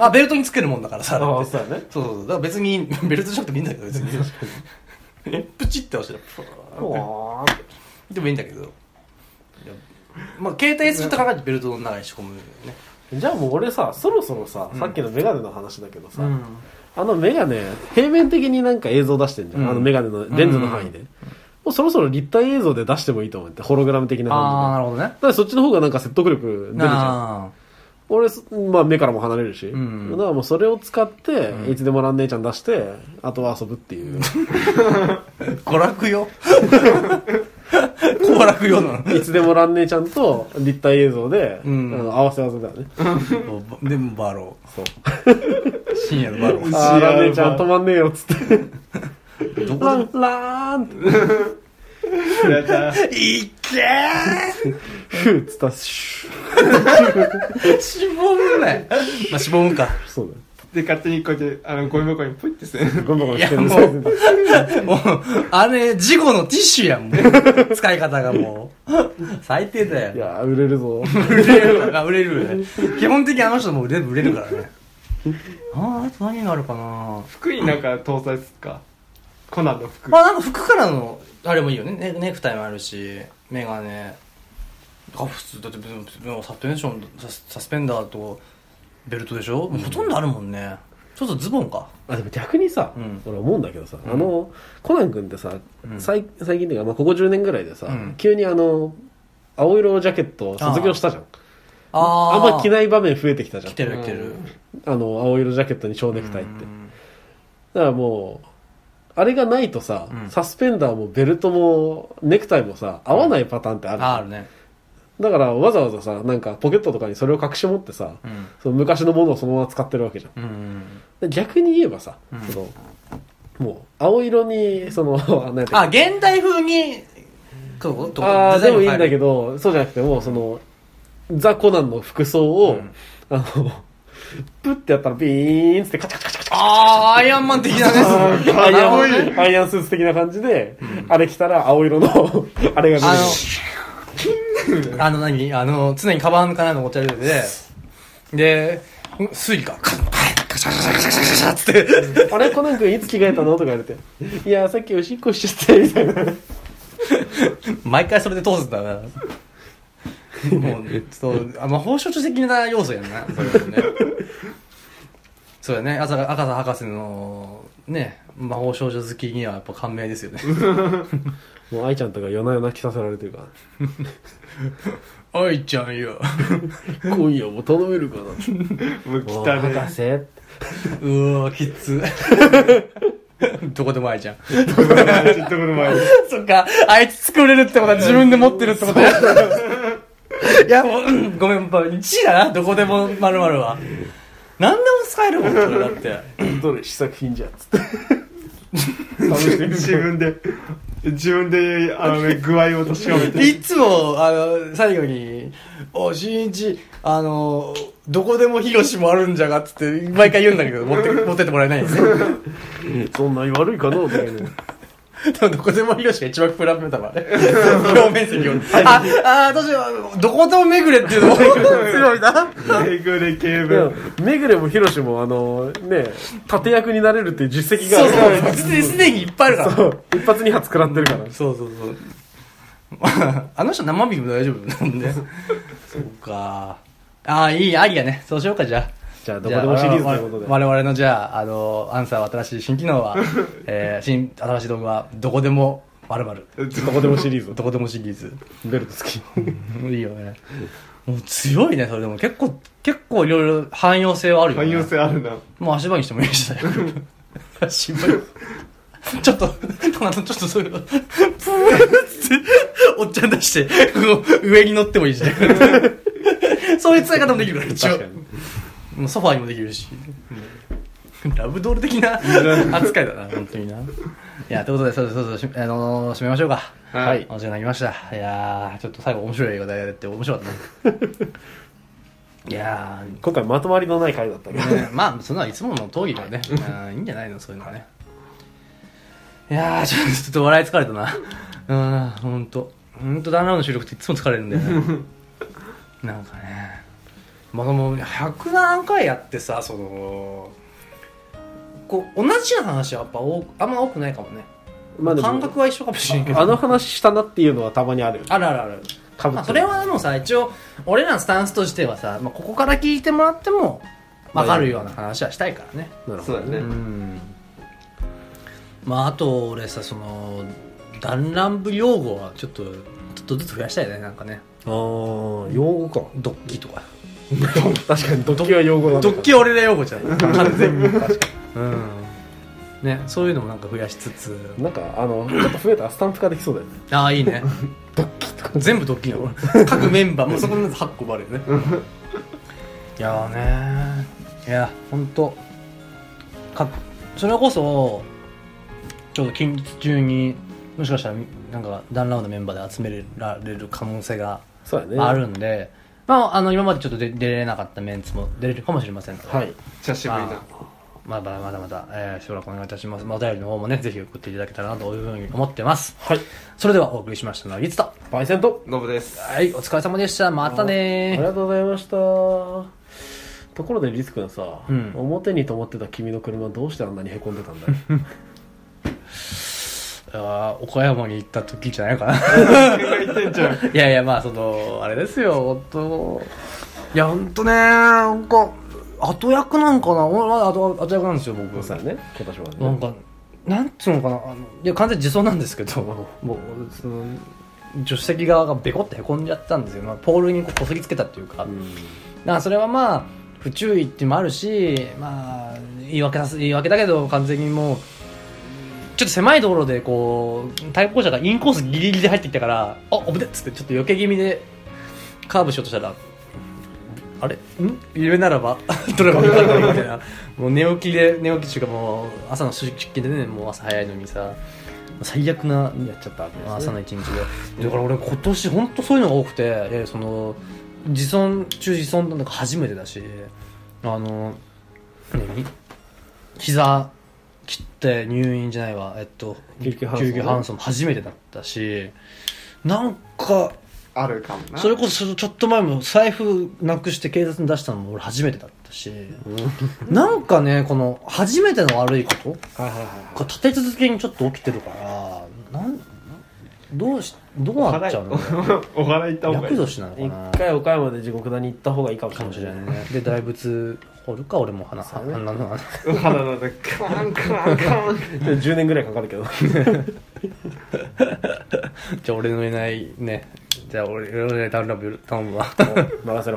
[SPEAKER 2] あ、ベルトにつけるもんだからさ、
[SPEAKER 1] ああ
[SPEAKER 2] だって
[SPEAKER 1] そうだね
[SPEAKER 2] そうそうそう、だから別に、 ベルトじゃなくてもいいんだけど、別に。えプチって押したら、プワーンってでもいいんだけど。いやまあ、携帯すると考えてベルトの中に仕込むよね。
[SPEAKER 1] じゃあもう俺さ、そろそろさ、さっきのメガネの話だけどさ、
[SPEAKER 2] うん
[SPEAKER 1] あのメガネ、平面的になんか映像出してんじゃん。
[SPEAKER 2] うん
[SPEAKER 1] あのメガネのレンズの範囲で。もうそろそろ立体映像で出してもいいと思って、ホログラム的な
[SPEAKER 2] ああ、
[SPEAKER 1] 感じで。
[SPEAKER 2] なるほどね
[SPEAKER 1] だ。からそっちの方がなんか説得力出るじゃん。
[SPEAKER 2] あ
[SPEAKER 1] 俺、そまあ目からも離れるし。
[SPEAKER 2] ん
[SPEAKER 1] だからもうそれを使って、いつでもラン姉ちゃん出して、あとは遊ぶっていう。
[SPEAKER 2] あ娯楽 用娯楽用なの。
[SPEAKER 1] いつでもラン姉ちゃんと立体映像で、
[SPEAKER 2] うん
[SPEAKER 1] あの合わせ技だよね。
[SPEAKER 2] でもバロー。
[SPEAKER 1] そう。
[SPEAKER 2] 深夜のバロー。
[SPEAKER 1] あーラン姉ちゃん止まんねえよっつって。
[SPEAKER 2] どこ
[SPEAKER 1] ラ
[SPEAKER 2] で
[SPEAKER 1] ン、ラーンって、
[SPEAKER 4] やだ
[SPEAKER 2] いけー
[SPEAKER 1] ふーっつったら、シュー。
[SPEAKER 2] しぼむね。まあ、しぼむか。
[SPEAKER 1] そうだよ。
[SPEAKER 4] で、勝手にこうやって、あの、ゴミ箱にポイって する。
[SPEAKER 1] ゴミ箱にしてるん
[SPEAKER 2] い
[SPEAKER 1] で
[SPEAKER 2] や
[SPEAKER 1] す
[SPEAKER 2] もうもう、あれ、事故のティッシュやん、もう。使い方がもう。最低 だ
[SPEAKER 1] い
[SPEAKER 2] よ。
[SPEAKER 1] やー、売れるぞ。
[SPEAKER 2] 売れるから、売れる、ね。基本的にあの人もう全部売れるからね。ああ、あと何があるかな
[SPEAKER 4] 服になんか搭載すっか。コナンの服。
[SPEAKER 2] まあなんか服からの、あれもいいよね。ネネクタイもあるし、メガネ。あ、普通、だって、でもサスペンション、サスサスペンダーとベルトでしょ、ほとんどあるもんね。ちょっとズボンか。
[SPEAKER 1] あでも逆にさ、
[SPEAKER 2] うん
[SPEAKER 1] 俺思うんだけどさ、あのコナン君ってさ、
[SPEAKER 2] ん
[SPEAKER 1] 最最近っていうか、まあ、ここ10年ぐらいでさ、
[SPEAKER 2] うん
[SPEAKER 1] 急にあの青色ジャケットを卒業したじゃんあ
[SPEAKER 2] あ
[SPEAKER 1] ん
[SPEAKER 2] ー
[SPEAKER 1] ま着ない場面増えてきたじゃん
[SPEAKER 2] 着てる着てる。
[SPEAKER 1] あの青色ジャケットに蝶ネクタイって
[SPEAKER 2] うん
[SPEAKER 1] だからもうあれがないとさ、
[SPEAKER 2] うん
[SPEAKER 1] サスペンダーもベルトもネクタイもさ合わないパターンってある、
[SPEAKER 2] ああるね。
[SPEAKER 1] だからわざわざさなんかポケットとかにそれを隠し持ってさ、
[SPEAKER 2] うん。
[SPEAKER 1] その昔のものをそのまま使ってるわけじゃん
[SPEAKER 2] う
[SPEAKER 1] で
[SPEAKER 2] ん。
[SPEAKER 1] 逆に言えばさ、
[SPEAKER 2] うん
[SPEAKER 1] そのもう青色にその あなん
[SPEAKER 2] あ、
[SPEAKER 1] か
[SPEAKER 2] 現代風に、そうと
[SPEAKER 1] あーでもいいんだけ
[SPEAKER 2] ど。
[SPEAKER 1] どそうじゃなくてもうそのザ・コナンの服装を、あの プッてやったらビーンってカチャカチャカチャカ
[SPEAKER 2] ああ、アイアンマン的 なね。
[SPEAKER 1] チャアイア
[SPEAKER 2] なるほど
[SPEAKER 1] ンアイアンスーツ的な感じで、あれ着たら青色の あれが出
[SPEAKER 2] あ
[SPEAKER 1] て
[SPEAKER 2] の、あの何あの、常にカバンかなんか持ち歩いてて、で、んスイカ、カッカシャカシャカシャカシャカシャっつって、
[SPEAKER 1] くるあれコナン君いつ着替えたのとか言われて「いやさっきおしっこしちゃって」みたいな
[SPEAKER 2] 毎回それで通すんだな。もうちょっとあまあ報酬的な要素やんなそれはねそうやね朝が赤田博士のね魔法少女好きにはやっぱ感銘ですよね
[SPEAKER 1] もう愛ちゃんとか夜な夜な来させられてるか
[SPEAKER 2] 愛ちゃんよ
[SPEAKER 1] ら今夜も頼めるかな
[SPEAKER 4] もう
[SPEAKER 1] も
[SPEAKER 4] 汚
[SPEAKER 1] う
[SPEAKER 4] ね
[SPEAKER 1] 博士
[SPEAKER 2] うわきつどこでも愛ちゃん
[SPEAKER 4] え。ちょっとこの 前に。
[SPEAKER 2] そっか、あいつ作れるってことは自分で持ってるってことや。いや、もううんごめん、やっぱ1位だな、どこでもまるまるは。何でも使えるもん、それだって。
[SPEAKER 1] どれ試作品じゃんつって
[SPEAKER 4] 自分で、自分で、あのね、具合を確か めて。
[SPEAKER 2] いつも、あの、最後に、お、しんいち、あの、どこでもヒロシもあるんじゃがっつって、毎回言うんだけど、持って、持ってってもらえないんですね。
[SPEAKER 1] そんなに悪いかのみたいな
[SPEAKER 2] でもどこでもヒロシが一番膨らめたわね。表面積を。あ、あー、どうしよう、どこでもめぐれっていうのも、強いな。
[SPEAKER 4] 英語で警
[SPEAKER 1] でも
[SPEAKER 4] 部。
[SPEAKER 1] めぐれもひろしもあのね盾役になれるっていう実績が
[SPEAKER 2] そう
[SPEAKER 1] ある
[SPEAKER 2] そう、 すでにすでにいっぱいあるから。
[SPEAKER 1] そう 一発二発食らってるから
[SPEAKER 2] そうそうそう。 あの人生身でも大丈夫な んで。そうか。ああ、いい、ありやね。そうしようか、じゃあ。
[SPEAKER 1] じゃあどこでもシリーズということで
[SPEAKER 2] じゃあ我々我々の、じゃあ、あの、アンサーは新しい新機能 は、えー、新、新しい動画は、どこでも、まるまる。
[SPEAKER 1] どこでもシリーズ
[SPEAKER 2] どこでもシリーズ。
[SPEAKER 1] ベルト付き
[SPEAKER 2] いいよね。もう強いね、それでも。結構、結構いろいろ汎用性はあるよね。
[SPEAKER 4] 汎用性あるな。
[SPEAKER 2] もう足場にしてもいいしだよ。足場にちょっと、なんかちょっとそういう、プーって、おっちゃん出して、こう上に乗ってもいいしだよ。そういう使い方もできるから、一応
[SPEAKER 1] 確か。に
[SPEAKER 2] もうソファーにもできるし。ラブドール的な扱いだな、本当にな。いや、ということで、そうそうそうそう、しあのー、締めましょうか。
[SPEAKER 4] はい
[SPEAKER 2] 面白くなりました。いやー、ちょっと最後面白い映画だやって面白かったね。いやー、
[SPEAKER 1] 今回まとまりのない回だったけど
[SPEAKER 2] ねまあそんなのいつもの討議だよね、うんいいんじゃないのそういうのはねいやーちょっとちょっと笑い疲れたなうんほんとほんとダウンラウンドの収録っていつも疲れるん だよねなんかねまあでも100何回やってさそのこう同じような話はやっぱ多くあんま多くないかもね、
[SPEAKER 1] まあでも
[SPEAKER 2] 感覚は一緒かもしれんけど
[SPEAKER 1] あの話したなっていうのはたまにあるよね
[SPEAKER 2] あるあるある
[SPEAKER 1] かぶ
[SPEAKER 2] ま
[SPEAKER 1] っ
[SPEAKER 2] あ、
[SPEAKER 1] て
[SPEAKER 2] そ
[SPEAKER 1] る
[SPEAKER 2] れはもうさ一応俺らのスタンスとしてはさ、まあ、ここから聞いてもらっても分かるような話はしたいからね、
[SPEAKER 1] なるほ
[SPEAKER 3] そう
[SPEAKER 1] ど
[SPEAKER 3] だね
[SPEAKER 1] ね
[SPEAKER 2] うんまああと俺さその弾乱部用語はちょっとちょっとずつ増やしたいねなんかね
[SPEAKER 1] あー用語か
[SPEAKER 2] ドッキとか
[SPEAKER 1] 確かにドッキは用語なんだ
[SPEAKER 2] ドッキ俺ら用語じゃん完全にうんねそういうのもなんか増やしつつ
[SPEAKER 1] なんかあのちょっと増えたらスタンプ化できそうだよね
[SPEAKER 2] ああいいね全部ドッキリなの俺各メンバーもそこのやつ8個もあるよねいやーねいやほんとかそれこそちょうど近日中にもしかしたらなんかダンラウンドメンバーで集められる可能性が
[SPEAKER 1] そうだね
[SPEAKER 2] あるんで、まああの今までちょっと出出れなかったメンツも出れるかもしれませんので
[SPEAKER 1] はい
[SPEAKER 3] 久しぶりな。
[SPEAKER 2] まだまだまだ、えー、しばらくお願いいたします。まあお便りの方もね、ぜひ送っていただけたらなというふうに思ってます。
[SPEAKER 1] はい
[SPEAKER 2] それではお送りしましたのは、いつと。
[SPEAKER 1] パイセント
[SPEAKER 3] ノブ です。
[SPEAKER 2] はい、お疲れ様でした。また
[SPEAKER 1] あ
[SPEAKER 2] ね
[SPEAKER 1] り
[SPEAKER 2] ー。
[SPEAKER 1] がとうございましたところでリス君さ、
[SPEAKER 2] うん
[SPEAKER 1] 表に止まってた君の車どうしてあんなにへこんでたんだよ
[SPEAKER 2] あー岡山に行った時じゃないかな。
[SPEAKER 4] 言ってんじゃん。
[SPEAKER 2] いやいや、まあ、その、あれですよ、本当いや、本当ねなんか、後役なんかな。俺は後後役なんですよ、僕。
[SPEAKER 1] そうだね今年はね
[SPEAKER 2] なんか、なんつうのかな、あのいや、完全に自走なんですけど、もう、その、助手席側がベコってへこんじゃったんですよ、まあ、ポールにこうこすりつけたっていうか、
[SPEAKER 1] うん
[SPEAKER 2] だからそれはまあ、不注意っていうのもあるし、まあ、言い訳さす言い訳だけど、完全にもう、ちょっと狭い道路で、こう、対向車がインコースギリギリで入ってきたから、あ危ねっつって、ちょっと避け気味で、カーブしようとしたら、あれん夢ならば どれが分かるのみたいなもう寝起きで寝起きっていうかもう朝の出勤でねもう朝早いのにさ最悪な
[SPEAKER 1] やっちゃったわけです、ね、
[SPEAKER 2] 朝の一日でだから俺今年本当そういうのが多くてえその自尊中自尊なんか初めてだしあの何膝切って入院じゃないわえっと
[SPEAKER 1] 救急搬送
[SPEAKER 2] 救急搬送も初めてだったしなんか
[SPEAKER 3] あるかもな。
[SPEAKER 2] それこそちょっと前も財布なくして警察に出したのも俺初めてだったし、なんかねこの初めての悪いこと
[SPEAKER 1] はいはいはい
[SPEAKER 2] が立て続けにちょっと起きてるからなんどうしどうなっちゃうの
[SPEAKER 3] お払い行った方がい
[SPEAKER 2] 厄
[SPEAKER 3] い
[SPEAKER 2] 年なのか
[SPEAKER 1] 一
[SPEAKER 2] な
[SPEAKER 1] 回岡山で地獄谷行った方がいいかもし
[SPEAKER 2] か
[SPEAKER 1] れ
[SPEAKER 2] もし
[SPEAKER 1] な
[SPEAKER 2] れ
[SPEAKER 1] い
[SPEAKER 2] ないねで大仏掘るか俺も鼻鼻の穴
[SPEAKER 3] お払いなんだカーンカーンカーン
[SPEAKER 1] 10年ぐらいかかるけど
[SPEAKER 2] じゃあ俺のいないねじゃあ俺俺のいないダンラブ頼むわ
[SPEAKER 1] 任せろ